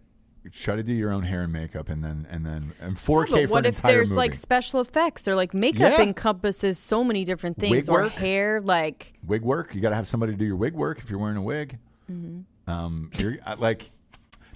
A: Try to do your own hair and makeup, and then and then and 4K
B: But
A: for
B: what
A: an
B: if
A: entire
B: there's
A: movie.
B: like special effects or like makeup
A: Yeah.
B: encompasses so many different
A: Wig
B: things or
A: work?
B: hair? Like,
A: wig work. You got to have somebody do your wig work if you're wearing a wig.
B: Mm-hmm.
A: Um, you're I- like,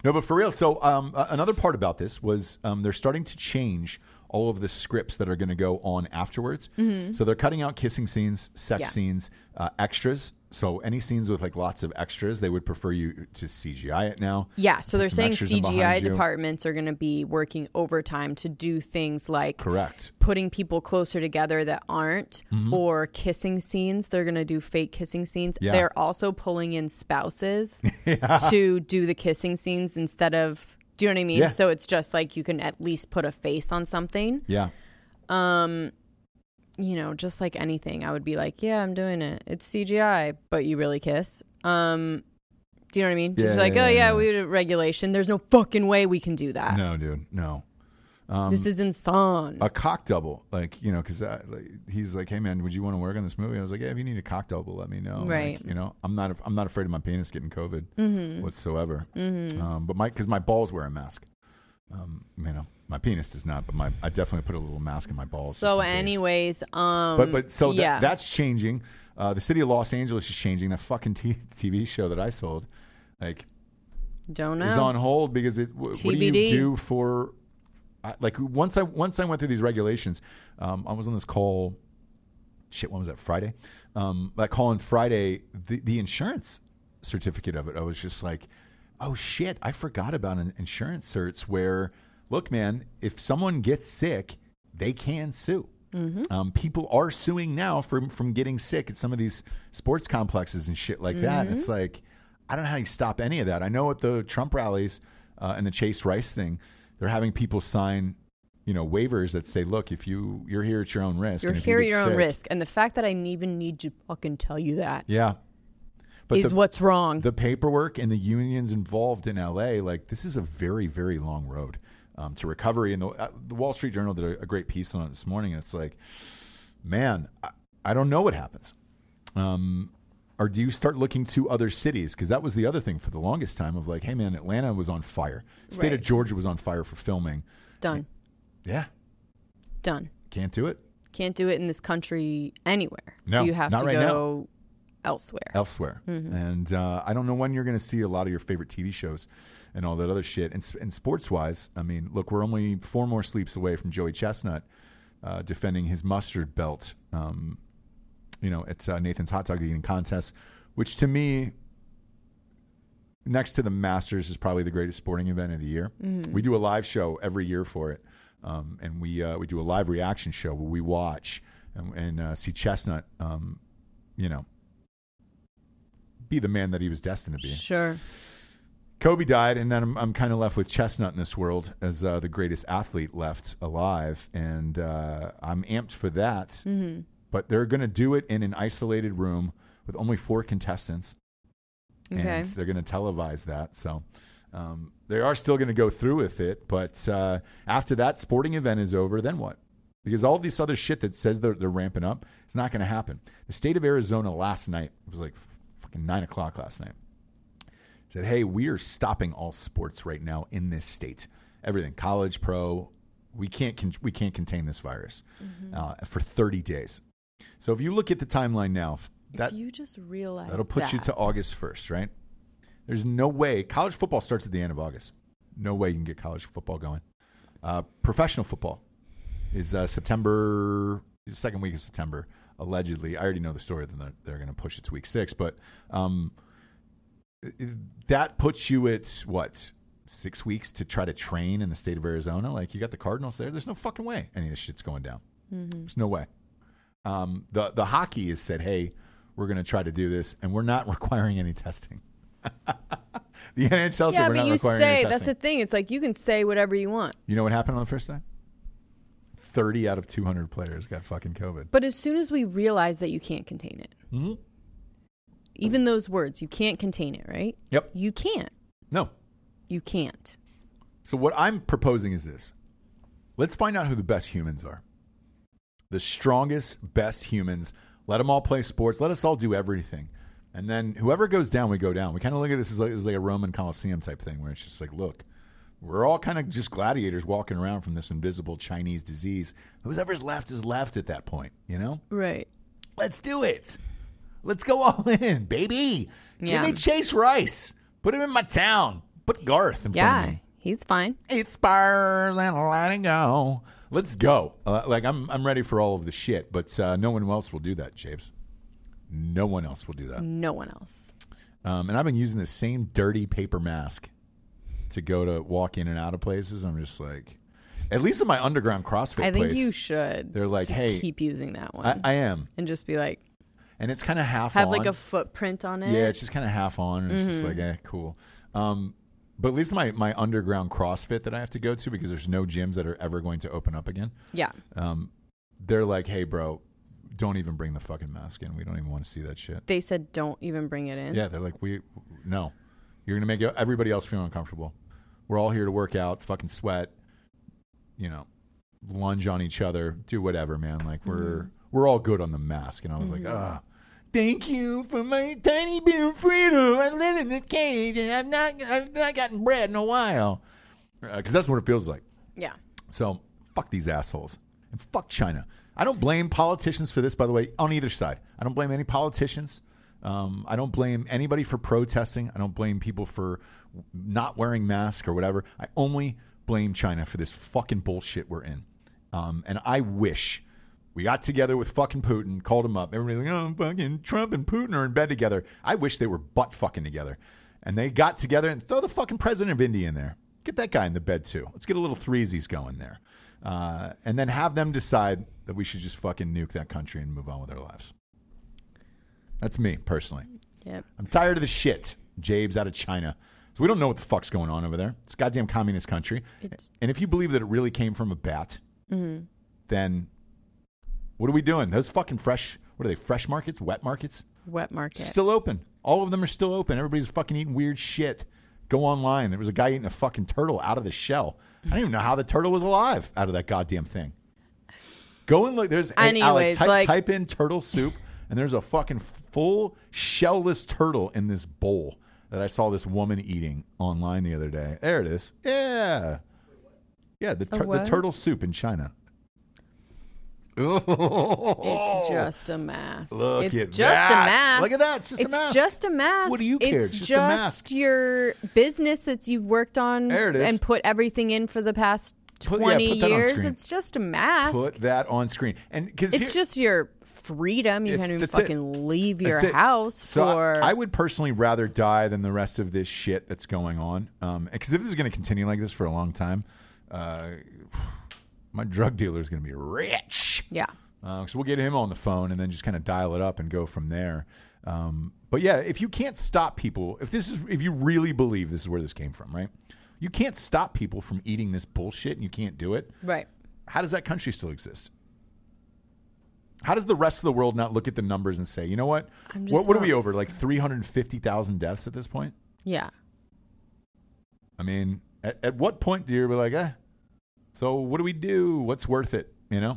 A: no, but for real. So um, a- another part about this was um, they're starting to change all of the scripts that are going to go on afterwards. So they're cutting out kissing scenes, sex
B: Mm-hmm. Yeah.
A: scenes, uh, extras. So any scenes with like lots of extras, they would prefer you to CGI it now.
B: yeah. So
A: Put
B: they're
A: some
B: saying
A: extras in behind
B: CGI
A: you.
B: departments are going to be working overtime to do things like
A: Correct.
B: putting people closer together that aren't or kissing scenes. They're going to do fake kissing scenes.
A: Mm-hmm. Yeah.
B: They're also pulling in spouses to do the kissing scenes instead of. Do you know what I mean?
A: Yeah.
B: So it's just like you can at least put a face on something.
A: Yeah.
B: you know, just like anything, I would be like, yeah, I'm doing it. It's CGI, but you really kiss. Um, do you know what I mean?
A: Yeah,
B: just like,
A: yeah,
B: oh
A: yeah,
B: yeah,
A: yeah.
B: we did regulation. There's no fucking way we can do that.
A: No, dude. No.
B: this is insane.
A: a cock double, like you know, because like, he's like, "Hey man, would you want to work on this movie?" I was like, "Yeah, if you need a cock double, let me know." Like,
B: Right. Mm-hmm.
A: you know, I'm not I'm not afraid of my penis getting COVID whatsoever. Um, but my because my balls wear a mask. Um, you know, my penis does not, but my I definitely put a little mask in my balls.
B: so,
A: just in case.
B: anyways, um,
A: but but so that,
B: yeah.
A: that's changing. Uh, the city of Los Angeles is changing. That fucking t- TV show that I sold, like
B: don't
A: is
B: know.
A: on hold because it. W- what do you
B: TBD.
A: do for? I- Like once I once I went through these regulations, um, I was on this call. Shit, when was that Friday? Um, that call on Friday, the, the insurance certificate of it. I was just like, oh shit, I forgot about an insurance certs. Where, look, man, if someone gets sick, they can sue.
B: Mm-hmm.
A: Um, people are suing now from from getting sick at some of these sports complexes and shit like that. It's
B: Mm-hmm.
A: like I don't know how you stop any of that. I know at the Trump rallies uh, and the Chase Rice thing, they're having people sign, you know, waivers that say, "Look, if you you're here at your own risk,
B: You're
A: and if
B: here
A: you
B: at
A: get
B: your own
A: sick-
B: risk, and the fact that I even need to fucking tell you that is
A: Yeah, but the,
B: what's wrong.
A: the paperwork and the unions involved in LA, like this is a very very long road um, to recovery. And the, uh, the Wall Street Journal did a, a great piece on it this morning, and it's like, man, I, I don't know what happens. Um, or do you start looking to other cities? Because that was the other thing for the longest time of like, hey man, Atlanta was on fire. State of
B: Right.
A: Georgia was on fire for filming.
B: done,
A: Yeah,
B: done.
A: can't do it
B: Can't do it in this country anywhere.
A: No,
B: so you have
A: not
B: to
A: right now.
B: go elsewhere.
A: elsewhere. And uh, I don't know when you're going to see a lot of your favorite TV shows and all that other shit. And, s- and sports wise, I mean, look, we're only four more sleeps away from Joey Chestnut uh, defending his mustard belt. Um, you know, it's uh, Nathan's hot dog eating contest, which to me, next to the Masters, is probably the greatest sporting event of the year. We do a live show every year for it. um, and we uh, we do a live reaction show where we watch and, and uh, see Chestnut, um, you know, be the man that he was destined to be.
B: Sure.
A: Kobe died, and then I'm, I'm kind of left with Chestnut in this world as uh, the greatest athlete left alive, and uh, I'm amped for that. But they're going to do it in an isolated room with only four contestants,
B: Okay.
A: and they're going to televise that. So um, they are still going to go through with it. But uh, after that sporting event is over, then what? Because all this other shit that says they're, they're ramping up, it's not going to happen. The state of Arizona last night it was like f- fucking nine o'clock last night said, "Hey, we are stopping all sports right now in this state. Everything, college, pro, we can't con- we can't contain this virus
B: Mm-hmm.
A: uh, for 30 days." So if you look at the timeline now, f- that
B: if you just realize
A: that'll put you
B: that,
A: to August 1st, right? There's no way college football starts at the end of August. No way you can get college football going. Uh, professional football is uh, September, the second week of September, allegedly. I already know the story that they're, they're going to push it to week six, but um, that puts you at what? Six weeks to try to train in the state of Arizona. Like you got the Cardinals there. There's no fucking way any of this shit's going down.
B: Mm-hmm.
A: There's no way. Um, the the hockey has said, "Hey, we're going to try to do this, and we're not requiring any testing." the NHL said
B: Yeah,
A: we're
B: but
A: not
B: you
A: requiring
B: say
A: any
B: that's
A: testing.
B: the thing. It's like you can say whatever you want.
A: you know what happened on the first day? Thirty out of two hundred players got fucking COVID.
B: But as soon as we realize that you can't contain it,
A: Mm-hmm.
B: even those words, you can't contain it, right?
A: Yep.
B: You can't.
A: No.
B: You can't.
A: So what I'm proposing is this: let's find out who the best humans are, the strongest, best humans. Let them all play sports. Let us all do everything, and then whoever goes down, we go down. We kind of look at this as like, as like a Roman Coliseum type thing, where it's just like, look, we're all kind of just gladiators walking around from this invisible Chinese disease. Whoever's left is left at that point, you know.
B: Right.
A: Let's do it. Let's go all in, baby.
B: Yeah.
A: Give me Chase Rice. Put him in my town. Put Garth in front of
B: Yeah.
A: me.
B: He's fine.
A: Eight spars and let it go. Let's go. Uh, like I'm, I'm ready for all of the shit, but uh, no one else will do that, James. No one else will do that.
B: No one else.
A: Um, and I've been using the same dirty paper mask to go to walk in and out of places. I'm just like, at least in my underground CrossFit
B: I think
A: place,
B: you should.
A: They're like,
B: just
A: "Hey,
B: keep using that one
A: I, I am,
B: and just be like,
A: and it's kind of half
B: have
A: on.
B: like a Mm-hmm. footprint on it.
A: Yeah, it's just kind of half on, and it's just like, eh, cool. Um, but at least my my underground CrossFit that I have to go to because there's no gyms that are ever going to open up again.
B: yeah.
A: Um, they're like, hey, bro, don't even bring the fucking mask in. We don't even want to see that shit.
B: They said don't even bring it in.
A: Yeah, they're like, we no, you're gonna make everybody else feel uncomfortable. We're all here to work out, fucking sweat, you know, lunge on each other, do whatever, man. Like we're we're all good on the mask. And I was like, ah. Thank you for my tiny bit of freedom. I live in this cage, and I've not, I've not gotten bread in a while. Because that's what it feels like.
B: Yeah.
A: So fuck these assholes and fuck China. I don't blame politicians for this, by the way, on either side. I don't blame any politicians. Um, I don't blame anybody for protesting. I don't blame people for not wearing masks or whatever. I only blame China for this fucking bullshit we're in. Um, and I wish we got together with fucking Putin, called him up. Everybody's like, oh, fucking Trump and Putin are in bed together. I wish they were butt fucking together. And they got together and throw the fucking president of India in there. Get that guy in the bed too. Let's get a little threesies going there. Uh, and then have them decide that we should just fucking nuke that country and move on with our lives. That's me personally.
B: Yep.
A: I'm tired of the shit. Jabe's out of China. So we don't know what the fuck's going on over there. It's a goddamn communist country.
B: It's-
A: and if you believe that it really came from a bat, then what are we doing? Those fucking fresh, what are they, fresh markets, wet markets?
B: Wet market.
A: Still open. All of them are still open. Everybody's fucking eating weird shit. Go online. There was a guy eating a fucking turtle out of the shell. I don't even know how the turtle was alive out of that goddamn thing. Go and look. There's
B: Anyways,
A: Alex, type,
B: like-
A: type in turtle soup, and there's a fucking full shellless turtle in this bowl that I saw this woman eating online the other day. There it is. Yeah, yeah. The, tur- the
B: what?
A: turtle soup in China.
B: It's just a mask.
A: Look
B: it's
A: at
B: just
A: that.
B: a mask.
A: Look at that. It's just a mask.
B: just a mask.
A: What do you care?
B: It's
A: It's just
B: just
A: a mask.
B: your business that you've worked on
A: There it is.
B: and put everything in for the past
A: Put- yeah,
B: 20
A: put that on
B: years.
A: screen.
B: It's just a mask.
A: Put that on screen, and because
B: it's just your freedom. You
A: It's-
B: can't even
A: that's it.
B: fucking leave your
A: That's it.
B: house
A: So I-
B: for.
A: I, would personally rather die than the rest of this shit Um, that's going on. Because if this is going to continue like this for a long time, uh, my drug dealer is going to be rich.
B: Yeah.
A: Uh, so we'll get him on the phone and then just kind of dial it up and go from there. Um, but yeah, if you can't stop people, if this is if you really believe this is where this came from, right? You can't stop people from eating this bullshit and you can't do it.
B: Right.
A: How does that country still exist? How does the rest of the world not look at the numbers and say, you know what?
B: I'm just
A: What, what are
B: not-
A: we over? Like 350,000 deaths at this point?
B: Yeah.
A: I mean, at, at what point do you be like, eh, so what do we do? What's worth it? You know,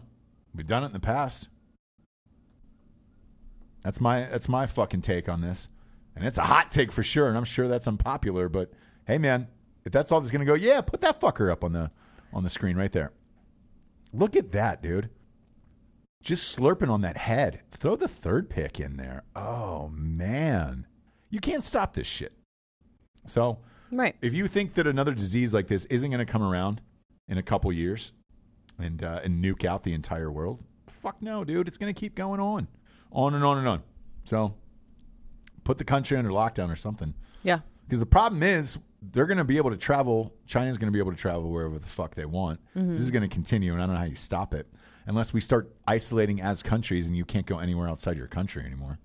A: we've done it in the past. That's my that's my fucking take on this, and it's a hot take for sure, and I'm sure that's unpopular. But hey, man, if that's all that's gonna go, yeah, put that fucker up on the on the screen right there. Look at that, dude. Just slurping on that head. Throw the third pick in there. Oh man, you can't stop this shit. So
B: Right.
A: if you think that another disease like this isn't going to come around in a couple years and uh, and nuke out the entire world, fuck no, dude. It's going to keep going on, on and on and on. So put the country under lockdown or something.
B: Yeah.
A: Because the problem is they're going to be able to travel. China's going to be able to travel wherever the fuck they want. This is going to continue, and I don't know how you stop it unless we start isolating as countries, and you can't go anywhere outside your country anymore.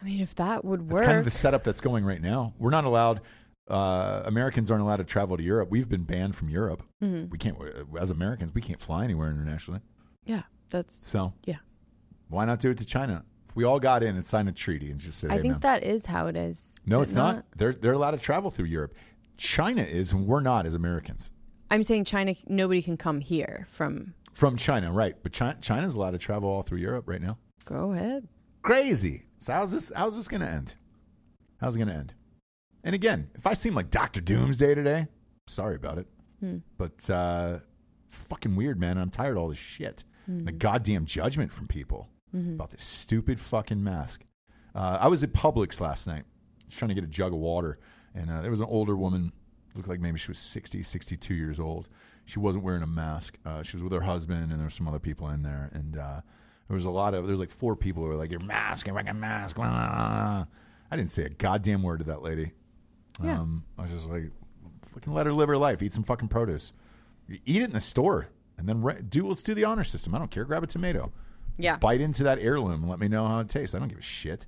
B: I mean, if that would
A: It's
B: work.
A: kind of the setup that's going right now. We're not allowed. Uh, Americans aren't allowed to travel to Europe. We've been banned from Europe.
B: Mm-hmm.
A: We can't, uh, as Americans, we can't fly anywhere internationally.
B: yeah. That's.
A: So
B: Yeah.
A: why not do it to China? If we all got in and signed a treaty and just said,
B: I
A: "Hey,
B: think
A: man."
B: that is how it is.
A: no,
B: Is
A: it's
B: it
A: not. They're they're allowed to travel through Europe. China is, and we're not as Americans
B: I'm saying China. Nobody can come here from.
A: from China, right? But China, China's allowed to travel all through Europe right now.
B: Go ahead.
A: crazy. So how's this? How's this going to end? How's it going to end? And again, if I seem like Doctor Doomsday today, sorry about it. But uh, it's fucking weird, man. I'm tired of all this shit. The goddamn judgment from people about this stupid fucking mask. Uh, I was at Publix last night just trying to get a jug of water, and uh, there was an older woman. Looked like maybe she was 60, 62 years old. She wasn't wearing a mask. Uh, she was with her husband, and there were some other people in there. And uh, there was a lot of, there was like four people who were like, your mask, your fucking mask. blah, blah, blah." I didn't say a goddamn word to that lady.
B: Yeah.
A: Um, I was just like, fucking let her live her life. Eat some fucking produce. E-, Eat it in the store, and then re- do. Let's do the honor system. I don't care. Grab a tomato.
B: Yeah.
A: Bite into that heirloom and let me know how it tastes. I don't give a shit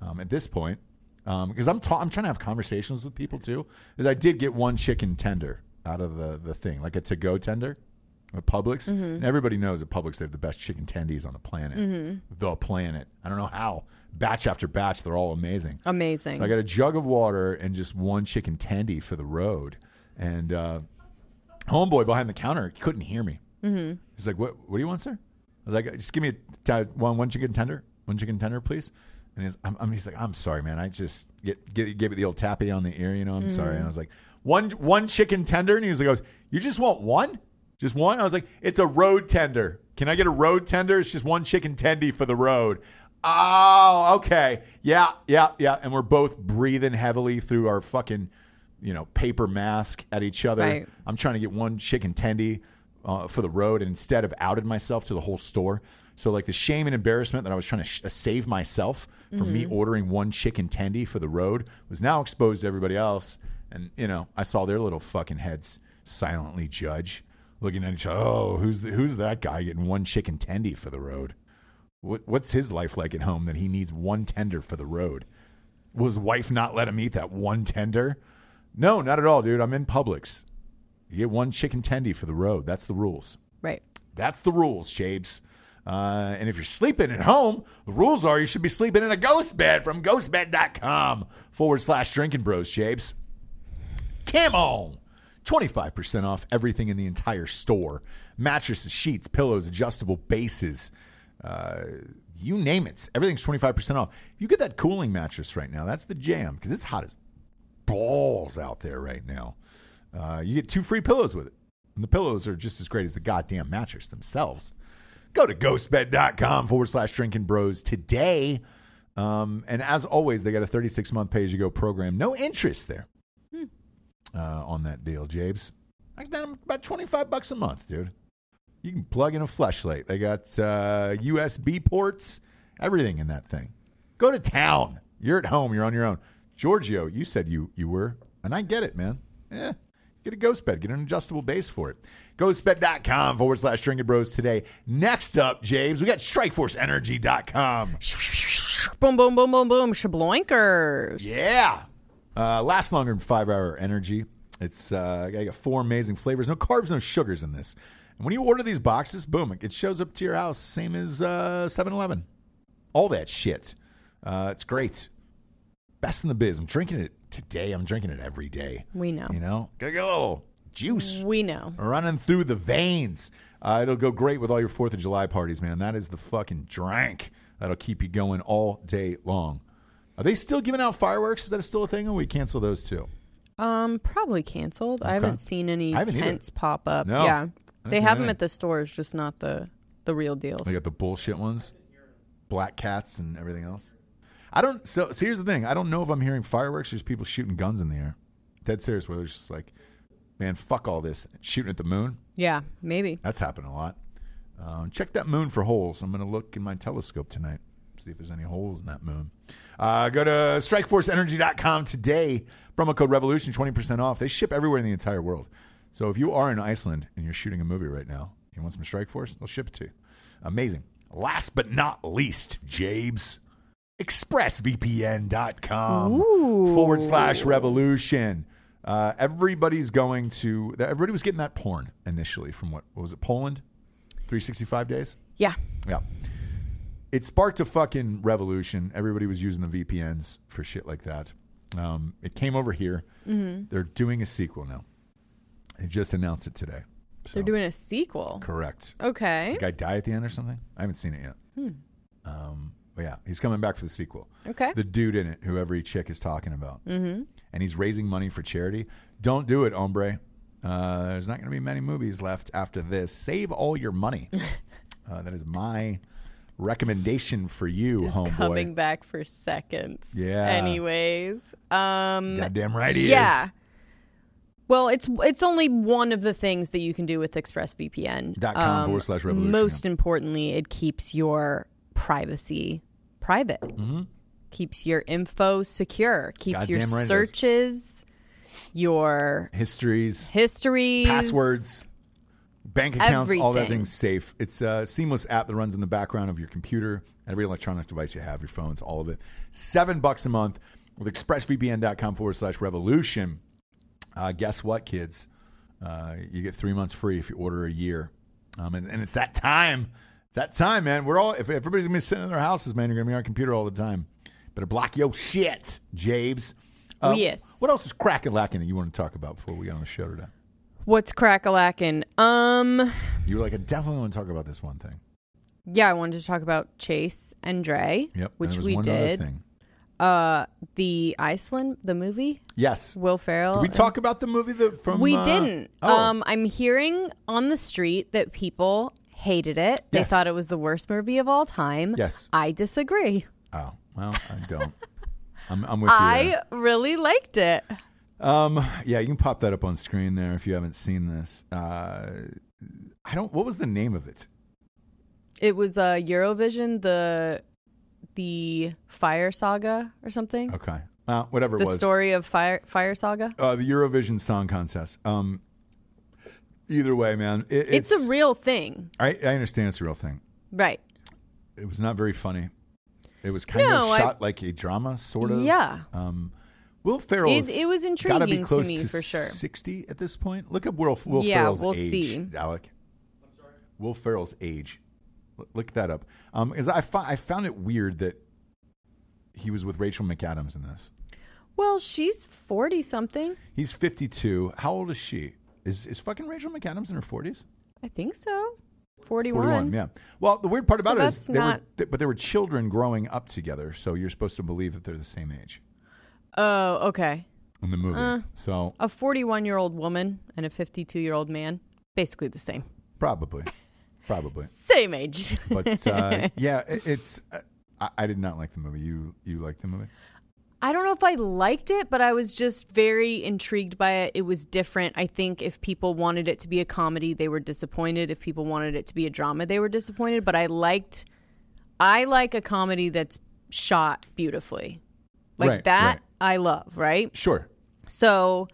A: um, at this point because I'm ta- I'm trying to have conversations with people too. Because I did get one chicken tender out of the the thing, like a to go tender. At Publix,
B: Mm-hmm.
A: and everybody knows at Publix they have the best chicken tendies on the planet.
B: Mm-hmm.
A: The planet. I don't know how. Batch after batch, they're all amazing.
B: Amazing.
A: So I got a jug of water and just one chicken tendy for the road. And uh, homeboy behind the counter couldn't hear me. Mm-hmm. He's like, "What? What do you want, sir?" I was like, "Just give me a t- one one chicken tender, one chicken tender, please." And he's, I'm, I'm, he's like, "I'm sorry, man. I just get, get gave it the old tappy on the ear, you know. I'm sorry." And I was like, "One one chicken tender," and he was like, "You just want one?" Just one? I was like, it's a road tender. Can I get a road tender? It's just one chicken tendy for the road. Oh, okay. Yeah, yeah, yeah. And we're both breathing heavily through our fucking, you know, paper mask at each other.
B: Right.
A: I'm trying to get one chicken tendy uh, for the road, and instead have outed myself to the whole store. So like the shame and embarrassment that I was trying to sh- uh, save myself from me ordering one chicken tendy for the road was now exposed to everybody else, and you know I saw their little fucking heads silently judge, looking at each other. Oh, who's the, who's that guy getting one chicken tendy for the road? What, what's his life like at home that he needs one tender for the road? Will his wife not let him eat that one tender? No, not at all, dude. I'm in Publix. You get one chicken tendy for the road. That's the rules.
B: right.
A: That's the rules, Jabes. Uh, and if you're sleeping at home, the rules are you should be sleeping in a ghost bed from ghostbed.com forward slash drinking bros, Jabes. Come on. 25% off everything in the entire store mattresses, sheets, pillows, adjustable bases. Uh, you name it. Everything's 25% off. You get that cooling mattress right now. That's the jam because it's hot as balls out there right now. Uh, you get two free pillows with it. And the pillows are just as great as the goddamn mattress themselves. Go to ghostbed.com forward slash drinking bros today. Um, and as always, they got a 36 month pay as you go program. No interest there uh, on that deal, Jabes. That's down about 25 bucks a month, dude. You can plug in a flashlight. They got uh, USB ports, everything in that thing. Go to town. You're at home. You're on your own. Giorgio, you said you you were, and I get it, man. Yeah, Get a ghost bed. Get an adjustable base for it. Ghostbed.com forward slash drinking bros today. Next up, James, we got strikeforceenergy.com.
B: Boom, boom, boom, boom, boom. Shabloinkers.
A: Yeah. Uh, lasts longer than five hour energy. It's uh, I got four amazing flavors. No carbs, no sugars in this. And when you order these boxes, boom, it- it shows up to your house, same as uh, 7-Eleven. All that shit. Uh, it's great. Best in the biz. I'm drinking it today. I'm drinking it every day.
B: We know.
A: You know, gotta get a little juice
B: We know.
A: running through the veins. Uh, it'll go great with all your Fourth of July parties, man. That is the fucking drink that'll keep you going all day long. Are they still giving out fireworks? Is that still a thing? Or we cancel those too?
B: Um, probably canceled. I haven't seen any
A: I haven't either.
B: tents pop up.
A: No.
B: Yeah,
A: I haven't
B: they
A: seen
B: have them
A: any.
B: at the stores, just not the the real deals.
A: They got the bullshit ones, black cats, and everything else. I don't. So, so here's the thing. I don't know if I'm hearing fireworks. There's people shooting guns in the air. Dead serious. Where there's just like, man, fuck all this shooting at the moon.
B: Yeah, maybe.
A: That's happened a lot. Um, check that moon for holes. I'm going to look in my telescope tonight, see if there's any holes in that moon. Uh, go to strikeforceenergy.com today. Promo code revolution, 20% off. They ship everywhere in the entire world. So if you are in Iceland and you're shooting a movie right now, you want some Strike Force, they'll ship it to you. Amazing. Last but not least, Jabes, expressvpn.com forward slash revolution. Uh, everybody's going to, everybody was getting that porn initially from what, what was it, Poland? 365 days?
B: Yeah,
A: Yeah. It sparked a fucking revolution. Everybody was using the VPNs for shit like that. Um, it came over here.
B: Mm-hmm.
A: They're doing a sequel now. They just announced it today.
B: they're doing a sequel.
A: Correct. Does
B: Okay.
A: the guy die at the end or something? I haven't seen it yet.
B: Hmm.
A: Um, but yeah, he's coming back for the sequel.
B: Okay.
A: The dude in it, who every chick is talking about. Mm-hmm. And he's raising money for charity. Don't do it, hombre. Uh, there's not going to be many movies left after this. Save all your money. uh, that is my recommendation for you,
B: Is
A: homeboy.
B: coming back for seconds.
A: Yeah.
B: Anyways, um,
A: Goddamn right he
B: yeah.
A: is.
B: Well, it's it's only one of the things that you can do with ExpressVPN.
A: Dot com forward slash revolution,
B: Um, Most importantly, it keeps your privacy private. Keeps your info secure. Keeps
A: Mm-hmm.
B: your
A: Goddamn right it does.
B: searches, your
A: Histories,
B: histories,
A: passwords, bank accounts, all that
B: Everything.
A: thing's safe. It's a seamless app that runs in the background of your computer, every electronic device you have, your phones, all of it. Seven bucks a month with expressvpn.com forward slash revolution. Uh, guess what, kids? Uh, you get three months free if you order a year. Um, and, and it's that time. It's that time, man. We're all, if everybody's going to be sitting in their houses, man, you're going to be on your computer all the time. Better block your shit, Jabes. Uh,
B: Yes.
A: What else is cracking lacking that you want to talk about before we get on the show today?
B: What's crack a lacking? Um,
A: You were like, I definitely want to talk about this one thing.
B: yeah, I wanted to talk about Chase and Dre,
A: Yep. and
B: which
A: there was
B: we
A: one Other
B: did.
A: thing.
B: Uh, the Iceland, the movie,
A: Yes.
B: Will Ferrell.
A: Did we
B: and-
A: talk about the movie that from?
B: We
A: uh,
B: didn't.
A: Oh,
B: Um, I'm hearing on the street that people hated it. They
A: Yes.
B: thought it was the worst movie of all time.
A: Yes.
B: I disagree.
A: oh. Well, I don't. I'm, I'm with you.
B: I really liked it.
A: Um, yeah, you can pop that up on screen there if you haven't seen this. Uh, I don't. What was the name of it?
B: It was uh, Eurovision, the the Fire Saga or something.
A: Okay. Uh, whatever
B: the
A: it was.
B: story of Fire Fire Saga.
A: Uh, the Eurovision Song Contest. Um, either way, man, it,
B: It's, a real thing,
A: I, I understand it's a real thing.
B: right?
A: It was not very funny. It was kind
B: No,
A: of
B: I-
A: shot like a drama, sort of.
B: Yeah.
A: Um, Will Ferrell.
B: It- it was
A: Gotta be
B: intriguing to
A: close
B: me, for sure.
A: Sixty at this point. Look up Will, Will
B: Yeah,
A: Ferrell's
B: we'll
A: age,
B: see.
A: Alec. Will Ferrell's age. L- Look that up. Um, because I fi- I found it weird that he was with Rachel McAdams in this.
B: Well, she's forty something,
A: He's fifty two. How old is she? Is is fucking Rachel McAdams in her forties?
B: I think so. Forty
A: 41,
B: one.
A: yeah. Well, the weird part about it is
B: that's
A: they were,
B: not-
A: th- but they were children growing up together, so you're supposed to believe that they're the same age
B: Oh, okay.
A: in the movie.
B: Uh.
A: so
B: A forty one year old woman and a fifty two year old man, basically the same,
A: probably, probably.
B: same age.
A: But uh, yeah, it, it's. Uh, I, I did not like the movie. You you liked the movie?
B: I don't know if I liked it, but I was just very intrigued by it. It was different. I think if people wanted it to be a comedy, they were disappointed. If people wanted it to be a drama, they were disappointed. But I liked, I like a comedy that's shot beautifully. Like
A: Right,
B: that,
A: right.
B: I love, right?
A: Sure.
B: So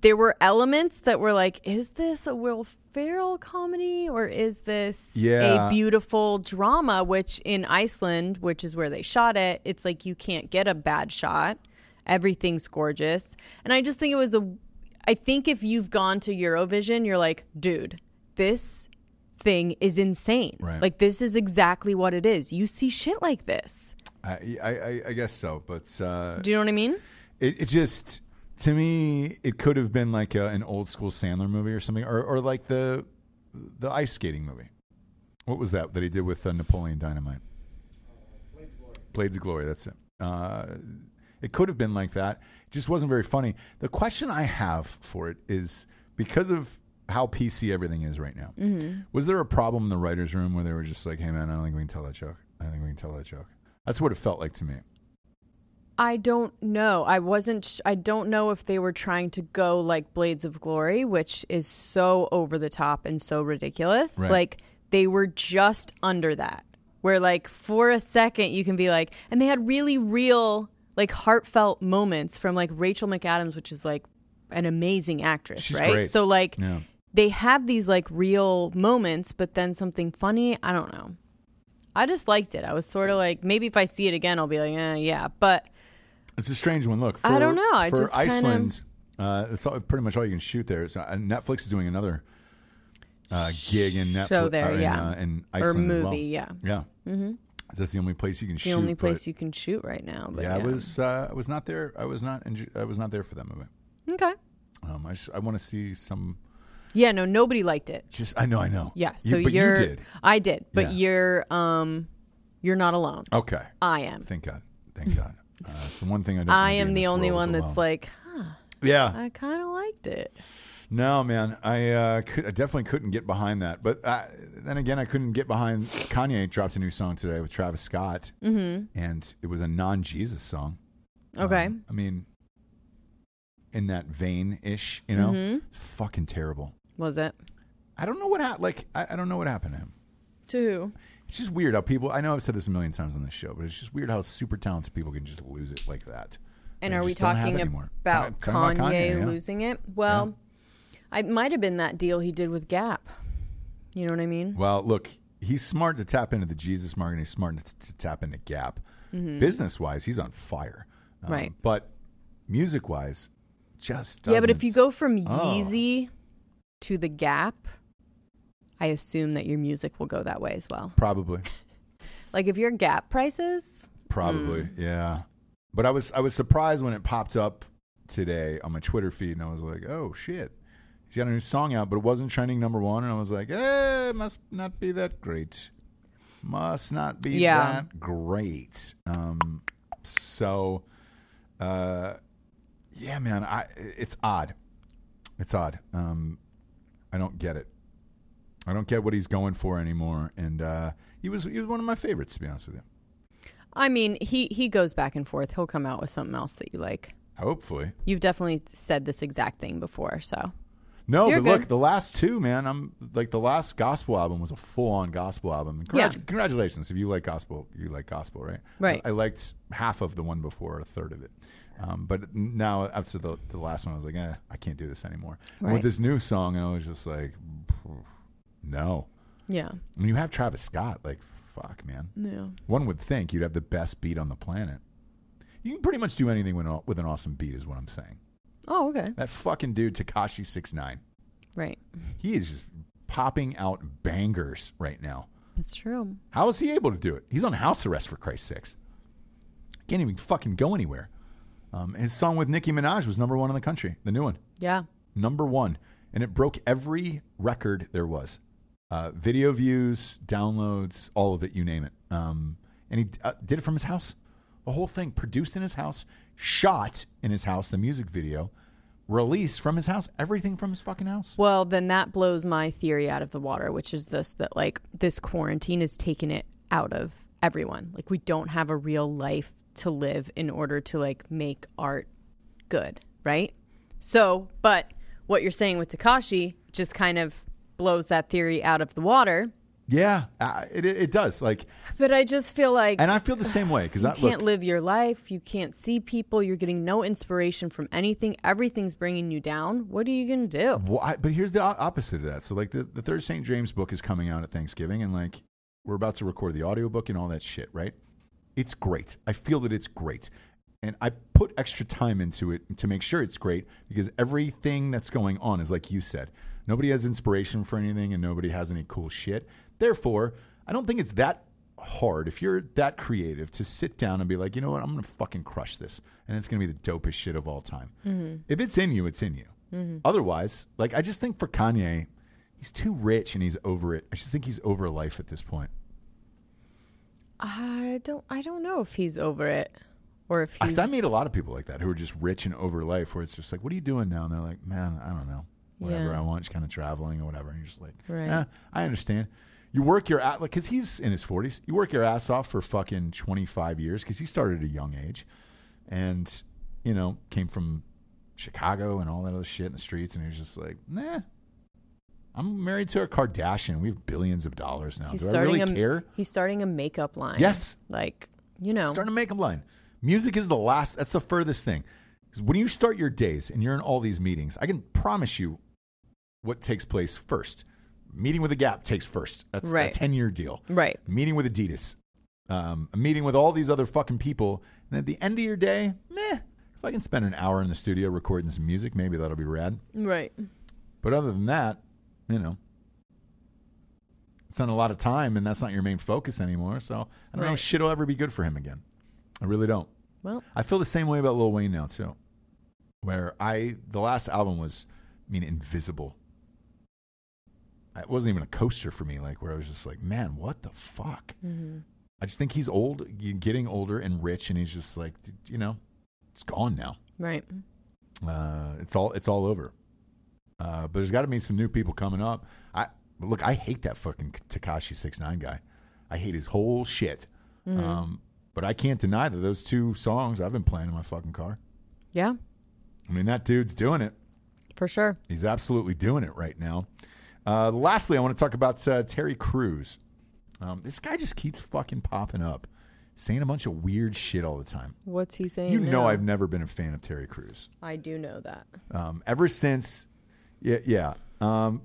B: there were elements that were like, is this a Will Ferrell comedy or is this
A: Yeah.
B: a beautiful drama? Which in Iceland, which is where they shot it, it's like you can't get a bad shot. Everything's gorgeous. And I just think it was a, I think if you've gone to Eurovision, you're like, dude, this thing is insane.
A: Right.
B: Like, this is exactly what it is. You see shit like this.
A: I, I, I- I guess so, but uh,
B: Do you know what I mean?
A: it, it just to me it could have been like a, an old school Sandler movie or something, or, or like the the ice skating movie. What was that that he did with uh, Napoleon Dynamite? Blades of Glory. That's it. Uh, it could have been like that. It just wasn't very funny. The question I have for it is because of how PC everything is right now. Was there a problem in the writers' room where they were just like, "Hey, man, I don't think we can tell that joke. I don't think we can tell that joke." That's what it felt like to me.
B: I don't know. I wasn't. Sh- I don't know if they were trying to go like Blades of Glory, which is so over the top and so ridiculous.
A: Right.
B: Like they were just under that, where like for a second you can be like, and they had really real, like heartfelt moments from like Rachel McAdams, which is like an amazing actress,
A: She's
B: right?
A: great.
B: So like
A: Yeah.
B: they have these like real moments, but then something funny. I don't know. I just liked it. I was sort of like, maybe if I see it again, I'll be like, eh, yeah, but.
A: It's a strange one. Look, for,
B: I don't know. I
A: for
B: just kinda-
A: Iceland, uh, that's all, pretty much all you can shoot there. So, uh, Netflix is doing another uh, gig in Netflix.
B: Show there,
A: or in,
B: yeah.
A: uh, in
B: Or
A: Iceland as well.
B: movie, yeah. Mm-hmm.
A: yeah. That's the only place you can shoot.
B: the only place
A: but-
B: you can shoot right now. But
A: yeah, I was. Uh, I was not there. I was not. Enjo- I was not there for that movie.
B: okay.
A: Um, I, sh- I want to see some.
B: Yeah, no, nobody liked it.
A: Just I know. I know.
B: Yeah,
A: You-
B: so
A: but you
B: are
A: did.
B: I did, but
A: Yeah.
B: you're um, you're not alone.
A: Okay.
B: I am.
A: Thank God. Thank God. Uh, it's the one thing I don't. wanna
B: I
A: be in
B: am the
A: this
B: only
A: world
B: one
A: is alone.
B: that's like, huh,
A: Yeah.
B: I kind of liked it.
A: No, man, I uh, could, I definitely couldn't get behind that. But uh, then again, I couldn't get behind Kanye dropped a new song today with Travis Scott, mm-hmm. and it was a non-Jesus song.
B: Okay.
A: Um, I mean, in that vein ish, you know, fucking terrible.
B: Was it
A: I don't know what happened. Like, I, I don't know what happened to him.
B: to who?
A: It's just weird how people. I know I've said this a million times on this show, but it's just weird how super talented people can just lose it like that.
B: And
A: They
B: are we
A: just don't have
B: talking
A: it anymore.
B: about
A: Talking about
B: Kanye,
A: yeah.
B: losing it? Well, I might have been that deal he did with Gap. You know what I mean?
A: Well, look, he's smart to tap into the Jesus market. and He's smart to, to tap into Gap. Business wise, he's on fire. Um,
B: Mm-hmm. Right.
A: But music wise, just doesn't.
B: Yeah, but if you go from
A: Oh.
B: Yeezy to the Gap, I assume that your music will go that way as well.
A: probably,
B: Like if your Gap prices,
A: probably, yeah. But I was I was surprised when it popped up today on my Twitter feed, and I was like, oh shit. She got a new song out, but it wasn't trending number one, and I was like, "Eh, must not be that great. Must not be
B: Yeah.
A: that great." Um, so uh yeah man i it's odd it's odd um i don't get it i don't get what he's going for anymore and uh he was he was one of my favorites to be honest with you
B: I mean, he he goes back and forth. He'll come out with something else that you like.
A: hopefully
B: You've definitely said this exact thing before, so
A: no
B: You're
A: but
B: good.
A: look the last two man i'm like the last gospel album was a full-on gospel album And congrat-
B: Yeah.
A: congratulations if you like gospel you like gospel right
B: Right.
A: i, I liked half of the one before or a third of it um, but now after the, the last one i was like eh, i can't do this anymore And with
B: Right.
A: this new song i was just like no
B: yeah,
A: I mean, you have Travis Scott. Like, fuck, man.
B: yeah,
A: One would think you'd have the best beat on the planet. You can pretty much do anything with an, with an awesome beat, is what I'm saying.
B: oh okay,
A: That fucking dude, Takashi Six Nine,
B: right,
A: he is just popping out bangers right now.
B: it's true.
A: How is he able to do it? He's on house arrest for Christ's sakes. Can't even fucking go anywhere. Um, his song with Nicki Minaj was number one in the country, the new one
B: Yeah,
A: number one, and it broke every record there was. Uh, video views, downloads, all of it, you name it. Um, and he uh, did it from his house. The whole thing produced in his house, shot in his house, the music video, released from his house, everything from his fucking house.
B: Well, then that blows my theory out of the water, which is this that like this quarantine has taken it out of everyone. Like we don't have a real life to live in order to like make art good, right? So, but what you're saying with Takashi just kind of blows that theory out of the water
A: Yeah, uh, it, it it does. Like,
B: But I just feel like
A: and I feel the same way because
B: you
A: I
B: can't
A: look,
B: live your life. You can't see people. You're getting no inspiration from anything. Everything's bringing you down. What are you going to do?
A: Well, I, but here's the o- opposite of that. So, like, the, the third St. James book is coming out at Thanksgiving, and like, we're about to record the audiobook and all that shit, right? It's great. I feel that it's great. And I put extra time into it to make sure it's great because everything that's going on is like you said. Nobody has inspiration for anything and nobody has any cool shit. Therefore, I don't think it's that hard if you're that creative to sit down and be like, you know what, I'm gonna fucking crush this, and it's gonna be the dopest shit of all time. If it's in you, it's in you. Otherwise, like I just think for Kanye, he's too rich and he's over it. I just think he's over life at this point.
B: I don't. I don't know if he's over it, or if he's.
A: Because I meet a lot of people like that who are just rich and over life, where it's just like, what are you doing now? And they're like, man, I don't know. Whatever
B: Yeah.
A: I want, just kind of traveling or whatever. And you're just like,
B: Right.
A: "Eh, I understand. You work your ass, like, because he's in his 40s. You work your ass off for fucking 25 years because he started at a young age and, you know, came from Chicago and all that other shit in the streets. And he was just like, nah, I'm married to a Kardashian. We have billions of dollars now.
B: he's
A: Do I really
B: a,
A: care?
B: He's starting a makeup line.
A: Yes.
B: Like you know.
A: Start a makeup line. Music is the last. That's the furthest thing. 'Cause when you start your days and you're in all these meetings, I can promise you what takes place first. Meeting with a Gap takes first. That's
B: Right.
A: a ten year deal.
B: right.
A: Meeting with Adidas. Um, a meeting with all these other fucking people. And at the end of your day, meh. If I can spend an hour in the studio recording some music, maybe that'll be rad.
B: Right.
A: But other than that, you know, it's not a lot of time, and that's not your main focus anymore. So I don't know
B: Right.
A: if shit will ever be good for him again. I really don't.
B: Well.
A: I feel the same way about Lil Wayne now too, where I the last album was, I mean, invisible. It wasn't even a coaster for me, like where I was just like, man, what the fuck? I just think he's old, getting older and rich, and he's just like, d- you know, it's gone now
B: Right.
A: uh, it's all it's all over. Uh, but there's got to be some new people coming up. I look, I hate that fucking Takashi six nine guy. I hate his whole shit. Um, but I can't deny that those two songs I've been playing in my fucking car.
B: Yeah.
A: I mean, that dude's doing it.
B: For sure.
A: He's absolutely doing it right now. Uh, lastly, I want to talk about uh, Terry Crews. Um, this guy just keeps fucking popping up, saying a bunch of weird shit all the time.
B: What's he saying?
A: You know,
B: now?
A: I've never been a fan of Terry Crews.
B: I do know that.
A: um, ever since yeah yeah um,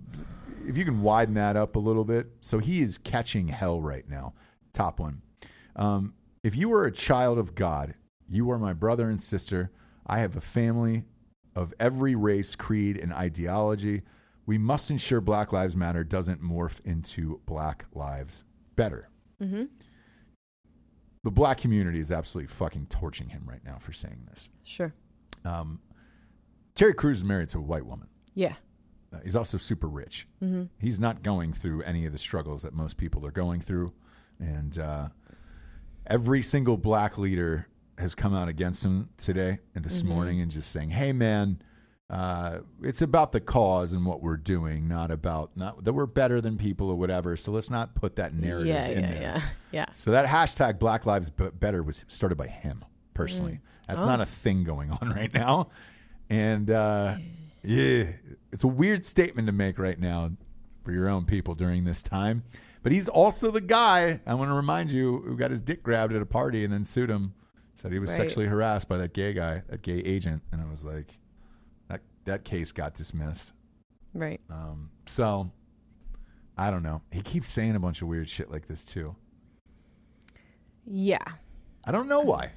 A: if you can widen that up a little bit so he is catching hell right now top one um, if you are a child of god you are my brother and sister i have a family of every race creed and ideology we must ensure black lives matter doesn't morph into black lives better
B: Mm-hmm.
A: the black community is absolutely fucking torching him right now for saying this
B: Sure.
A: um, terry crews is married to a white woman
B: Yeah.
A: Uh, he's also super rich.
B: Mm-hmm.
A: He's not going through any of the struggles that most people are going through, and uh, every single black leader has come out against him today and
B: Mm-hmm.
A: this morning, and just saying, "Hey, man, uh, it's about the cause and what we're doing, not about not that we're better than people or whatever." So let's not put that narrative
B: Yeah.
A: in
B: Yeah.
A: there.
B: Yeah. Yeah.
A: So that hashtag Black Lives B- Better was started by him personally. That's not a thing going on right now. And uh, yeah, it's a weird statement to make right now for your own people during this time. But he's also the guy, I want to remind you, who got his dick grabbed at a party and then sued him. Said he was
B: Right.
A: sexually harassed by that gay guy, that gay agent. And I was like, that, that case got dismissed.
B: Right.
A: Um, so I don't know. He keeps saying a bunch of weird shit like this too.
B: Yeah.
A: I don't know why.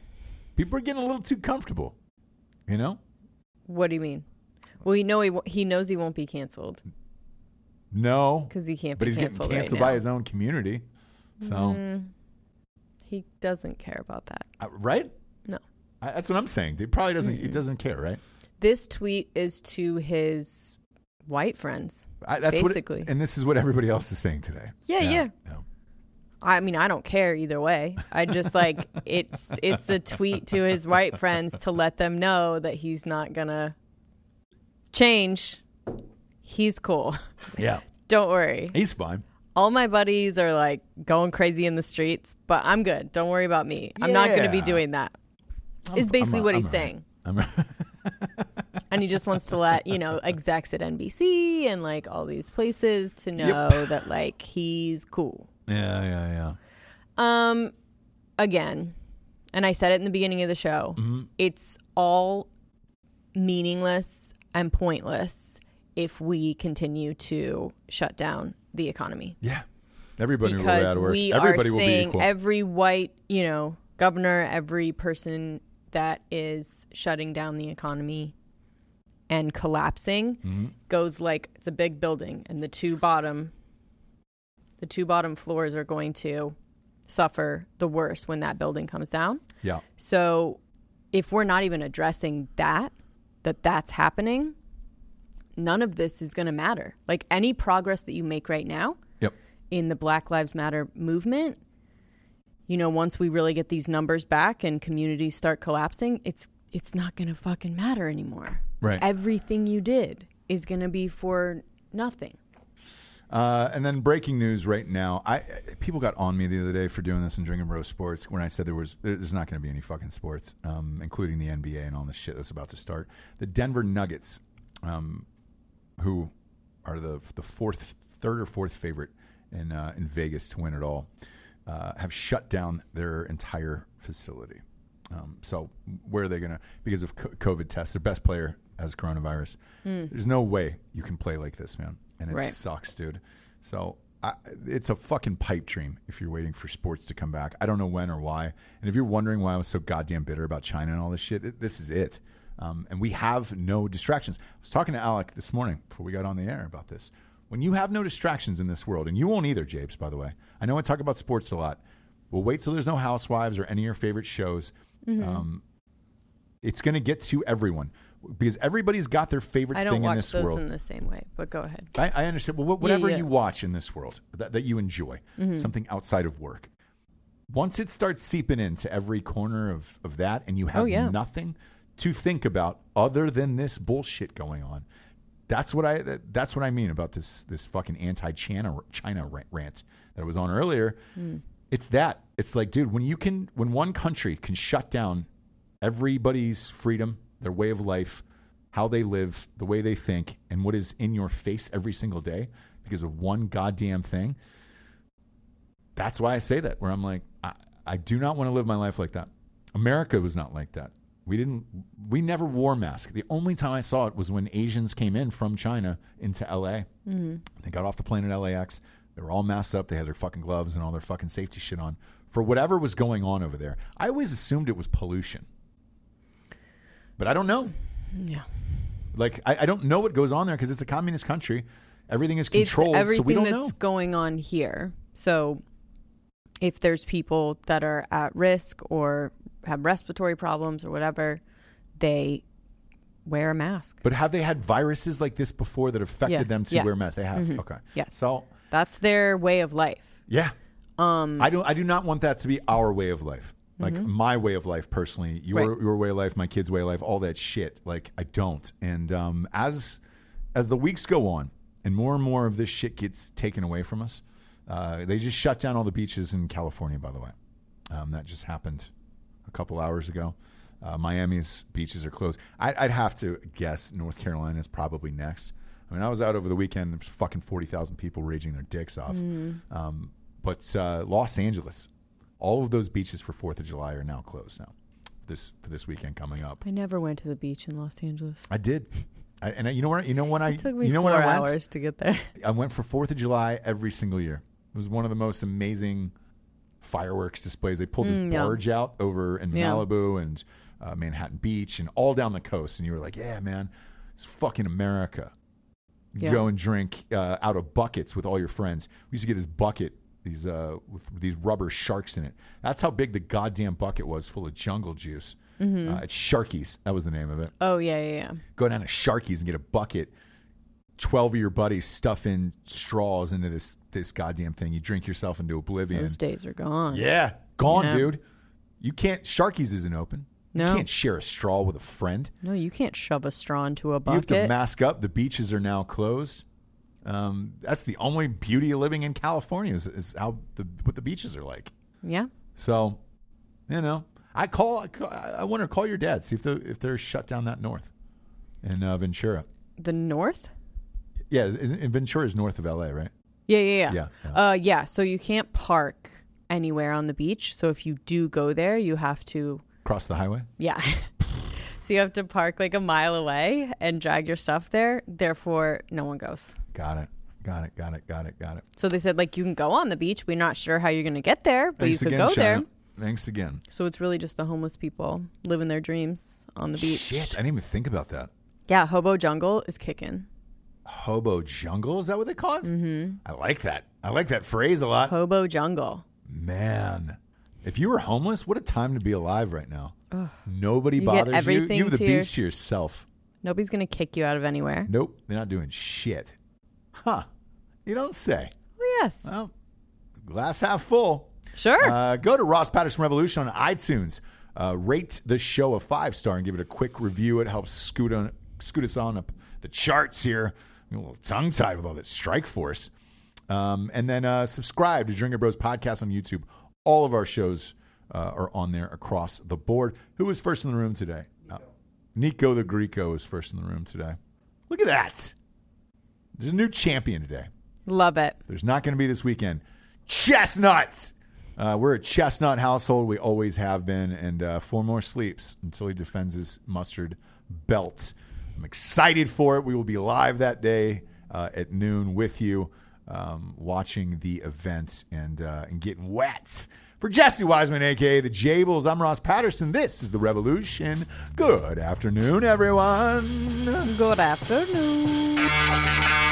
A: People are getting a little too comfortable. You know?
B: What do you mean? Well, you know he wo- he knows he won't be canceled
A: No.
B: because he can't.
A: But
B: be
A: he's getting
B: canceled right
A: canceled
B: now. Mm-hmm.
A: by his own community. So,
B: He doesn't care about that.
A: I- uh, right?
B: No.
A: I, that's what I'm saying. He probably doesn't. He doesn't care, right?
B: This tweet is to his white friends.
A: I, that's What
B: Basically.
A: it- and this is what everybody else is saying today.
B: Yeah, yeah.
A: no.
B: I mean, I don't care either way. I just like it's it's a tweet to his white friends to let them know that he's not gonna change. He's cool.
A: Yeah.
B: Don't worry.
A: He's fine.
B: All my buddies are like going crazy in the streets, but I'm good. Don't worry about me. I'm not going to be
A: Yeah.
B: doing that. Is
A: I'm-
B: basically
A: I'm-
B: what
A: I'm
B: he's
A: all right.
B: saying.
A: I'm-
B: and he just wants to let you know execs at NBC and like all these places to know that like he's cool.
A: Yeah, yeah, yeah.
B: Um, again, and I said it in the beginning of the show. It's all meaningless and pointless if we continue to shut down the economy
A: Yeah. Everybody will be
B: because
A: out of work.
B: we
A: Everybody
B: are
A: will be
B: saying
A: equal.
B: every white, you know, governor, every person that is shutting down the economy and collapsing
A: Mm-hmm.
B: goes like it's a big building and the two bottom the two bottom floors are going to suffer the worst when that building comes down.
A: yeah.
B: So if we're not even addressing that, that that's happening, none of this is going to matter. Like any progress that you make right now
A: Yep.
B: in the Black Lives Matter movement, you know, once we really get these numbers back and communities start collapsing, it's it's not going to fucking matter anymore.
A: Right.
B: Everything you did is going to be for nothing.
A: Uh, and then breaking news right now. I people got on me the other day for doing this and drinking bro sports when I said there was there's not going to be any fucking sports, um, including the NBA and all this shit that's about to start. The Denver Nuggets, um, who are the the fourth, third or fourth favorite in uh, in Vegas to win it all, uh, have shut down their entire facility. Um, so where are they going to because of co- COVID tests? Their best player has coronavirus. There's no way you can play like this, man. And it's
B: Right.
A: sucks, dude. So I, it's a fucking pipe dream if you're waiting for sports to come back. I don't know when or why. And if you're wondering why I was so goddamn bitter about China and all this shit, th- this is it. Um, and we have no distractions. I was talking to Alec this morning before we got on the air about this. When you have no distractions in this world, and you won't either, Japes, by the way. I know I talk about sports a lot. We'll wait till there's no Housewives or any of your favorite shows.
B: Mm-hmm.
A: Um, it's going to get to everyone because everybody's got their favorite
B: I
A: thing
B: don't
A: in
B: watch
A: this
B: those
A: world.
B: in the same way, but go ahead.
A: I, I understand. Well, wh- whatever
B: yeah. Mm-hmm.
A: you watch in this world that, that you enjoy, something outside of work, once it starts seeping into every corner of, of that and you have
B: yeah.
A: nothing to think about other than this bullshit going on, that's what I that, that's what I mean about this this fucking anti China China ra- rant that I was on earlier. It's that. It's like, dude, when you can when one country can shut down everybody's freedom, their way of life, how they live, the way they think, and what is in your face every single day because of one goddamn thing. That's why I say that, where I'm like, I, I do not want to live my life like that. America was not like that. We didn't, we never wore masks. The only time I saw it was when Asians came in from China into LA.
B: Mm-hmm.
A: They got off the plane at LAX. They were all masked up. They had their fucking gloves and all their fucking safety shit on for whatever was going on over there. I always assumed it was pollution, but I don't know.
B: Yeah.
A: Like I, I don't know what goes on there because it's a communist country. Everything is controlled,
B: It's
A: so
B: everything
A: we don't
B: that's
A: know.
B: going on here. So if there's people that are at risk or have respiratory problems or whatever, they wear a mask.
A: But have they had viruses like this before that affected
B: Yeah.
A: them to
B: Yeah. Mm-hmm.
A: wear masks? They have. Okay.
B: Yeah.
A: So
B: That's their way of life.
A: yeah, um, I don't. I do not want that to be our way of life. Like my way of life personally, your
B: Mm-hmm. Right.
A: your way of life, my kids' way of life, all that shit. Like I don't. And um, as as the weeks go on, and more and more of this shit gets taken away from us, uh, they just shut down all the beaches in California. By the way, um, that just happened a couple hours ago. Uh, Miami's beaches are closed. I, I'd have to guess North Carolina is probably next. I mean, I was out over the weekend. There's fucking forty thousand people raging their dicks off.
B: Mm.
A: Um, but uh, Los Angeles, all of those beaches for Fourth of July are now closed now. This for this weekend coming up.
B: I never went to the beach in Los Angeles.
A: I did, I, and I, you know where you know when I
B: It took me
A: you know
B: four
A: when I went?
B: hours to get there.
A: I went for Fourth of July every single year. It was one of the most amazing fireworks displays. They pulled this
B: Mm, yeah.
A: barge out over in
B: Yeah.
A: Malibu and uh, Manhattan Beach and all down the coast, and you were like, "Yeah, man, it's fucking America." You
B: Yeah.
A: Go and drink uh, out of buckets with all your friends. We used to get this bucket, these uh, with these rubber sharks in it. That's how big the goddamn bucket was, full of jungle juice.
B: Mm-hmm.
A: Uh, it's Sharkies. That was the name of it
B: Oh yeah, yeah, yeah.
A: go down to Sharky's and get a bucket. Twelve of your buddies stuff in straws into this this goddamn thing. You drink yourself into oblivion.
B: Those days are gone.
A: Yeah, gone,
B: Yeah.
A: dude. You can't. Sharky's isn't open.
B: No.
A: You can't share a straw with a friend.
B: No, you can't shove a straw into a
A: You have to
B: bucket.
A: mask up. The beaches are now closed. Um, that's the only beauty of living in California is, is how the what the beaches are like.
B: yeah.
A: So, you know, I call. I, call, I want to call your dad see if they if they're shut down that north. and uh, Ventura.
B: The north?
A: Yeah, isn't- and Ventura is north of LA, right?
B: Yeah, yeah,
A: Yeah,
B: yeah. Uh, yeah. So you can't park anywhere on the beach. So if you do go there, you have to,
A: Cross the highway.
B: yeah. so you have to park like a mile away and drag your stuff there. Therefore, no one goes.
A: Got it. Got it. Got it. Got it. Got it.
B: So they said like you can go on the beach. We're not sure how you're going to get there, but
A: Thanks
B: you could
A: again,
B: go
A: China.
B: there.
A: Thanks again.
B: So it's really just the homeless people living their dreams on the beach.
A: Shit, I didn't even think about that.
B: Yeah, hobo jungle is kicking.
A: Hobo jungle is that what they call it? Mm-hmm. I like that. I like that phrase a lot.
B: Hobo jungle.
A: Man, if you were homeless, what a time to be alive right now. Nobody
B: You get
A: bothers you.
B: everything
A: You have the
B: to your-
A: beach to yourself.
B: Nobody's going to kick you out of anywhere.
A: Nope, they're not doing shit. Huh? You don't say.
B: Oh, yes.
A: Well, glass half full.
B: sure.
A: Uh, go to Ross Patterson Revolution on iTunes. Uh, rate the show a five star and give it a quick review. It helps scoot on scoot us on up the charts here. I'm a little tongue tied with all that strike force. Um, and then uh, subscribe to Drinker Bros podcast on YouTube. All of our shows uh, are on there across the board. Who was first in the room today? Uh, Nico the Greco was first in the room today. Look at that. There's a new champion today.
B: Love it.
A: There's not going to be this weekend. Chestnuts. Uh, we're a chestnut household. We always have been. And uh, four more sleeps until he defends his mustard belt. I'm excited for it. We will be live that day uh, at noon with you, um, watching the event and uh, and getting wet. For Jesse Wiseman, aka the Jables, I'm Ross Patterson. This is the Revolution. Good afternoon, everyone.
B: Good afternoon.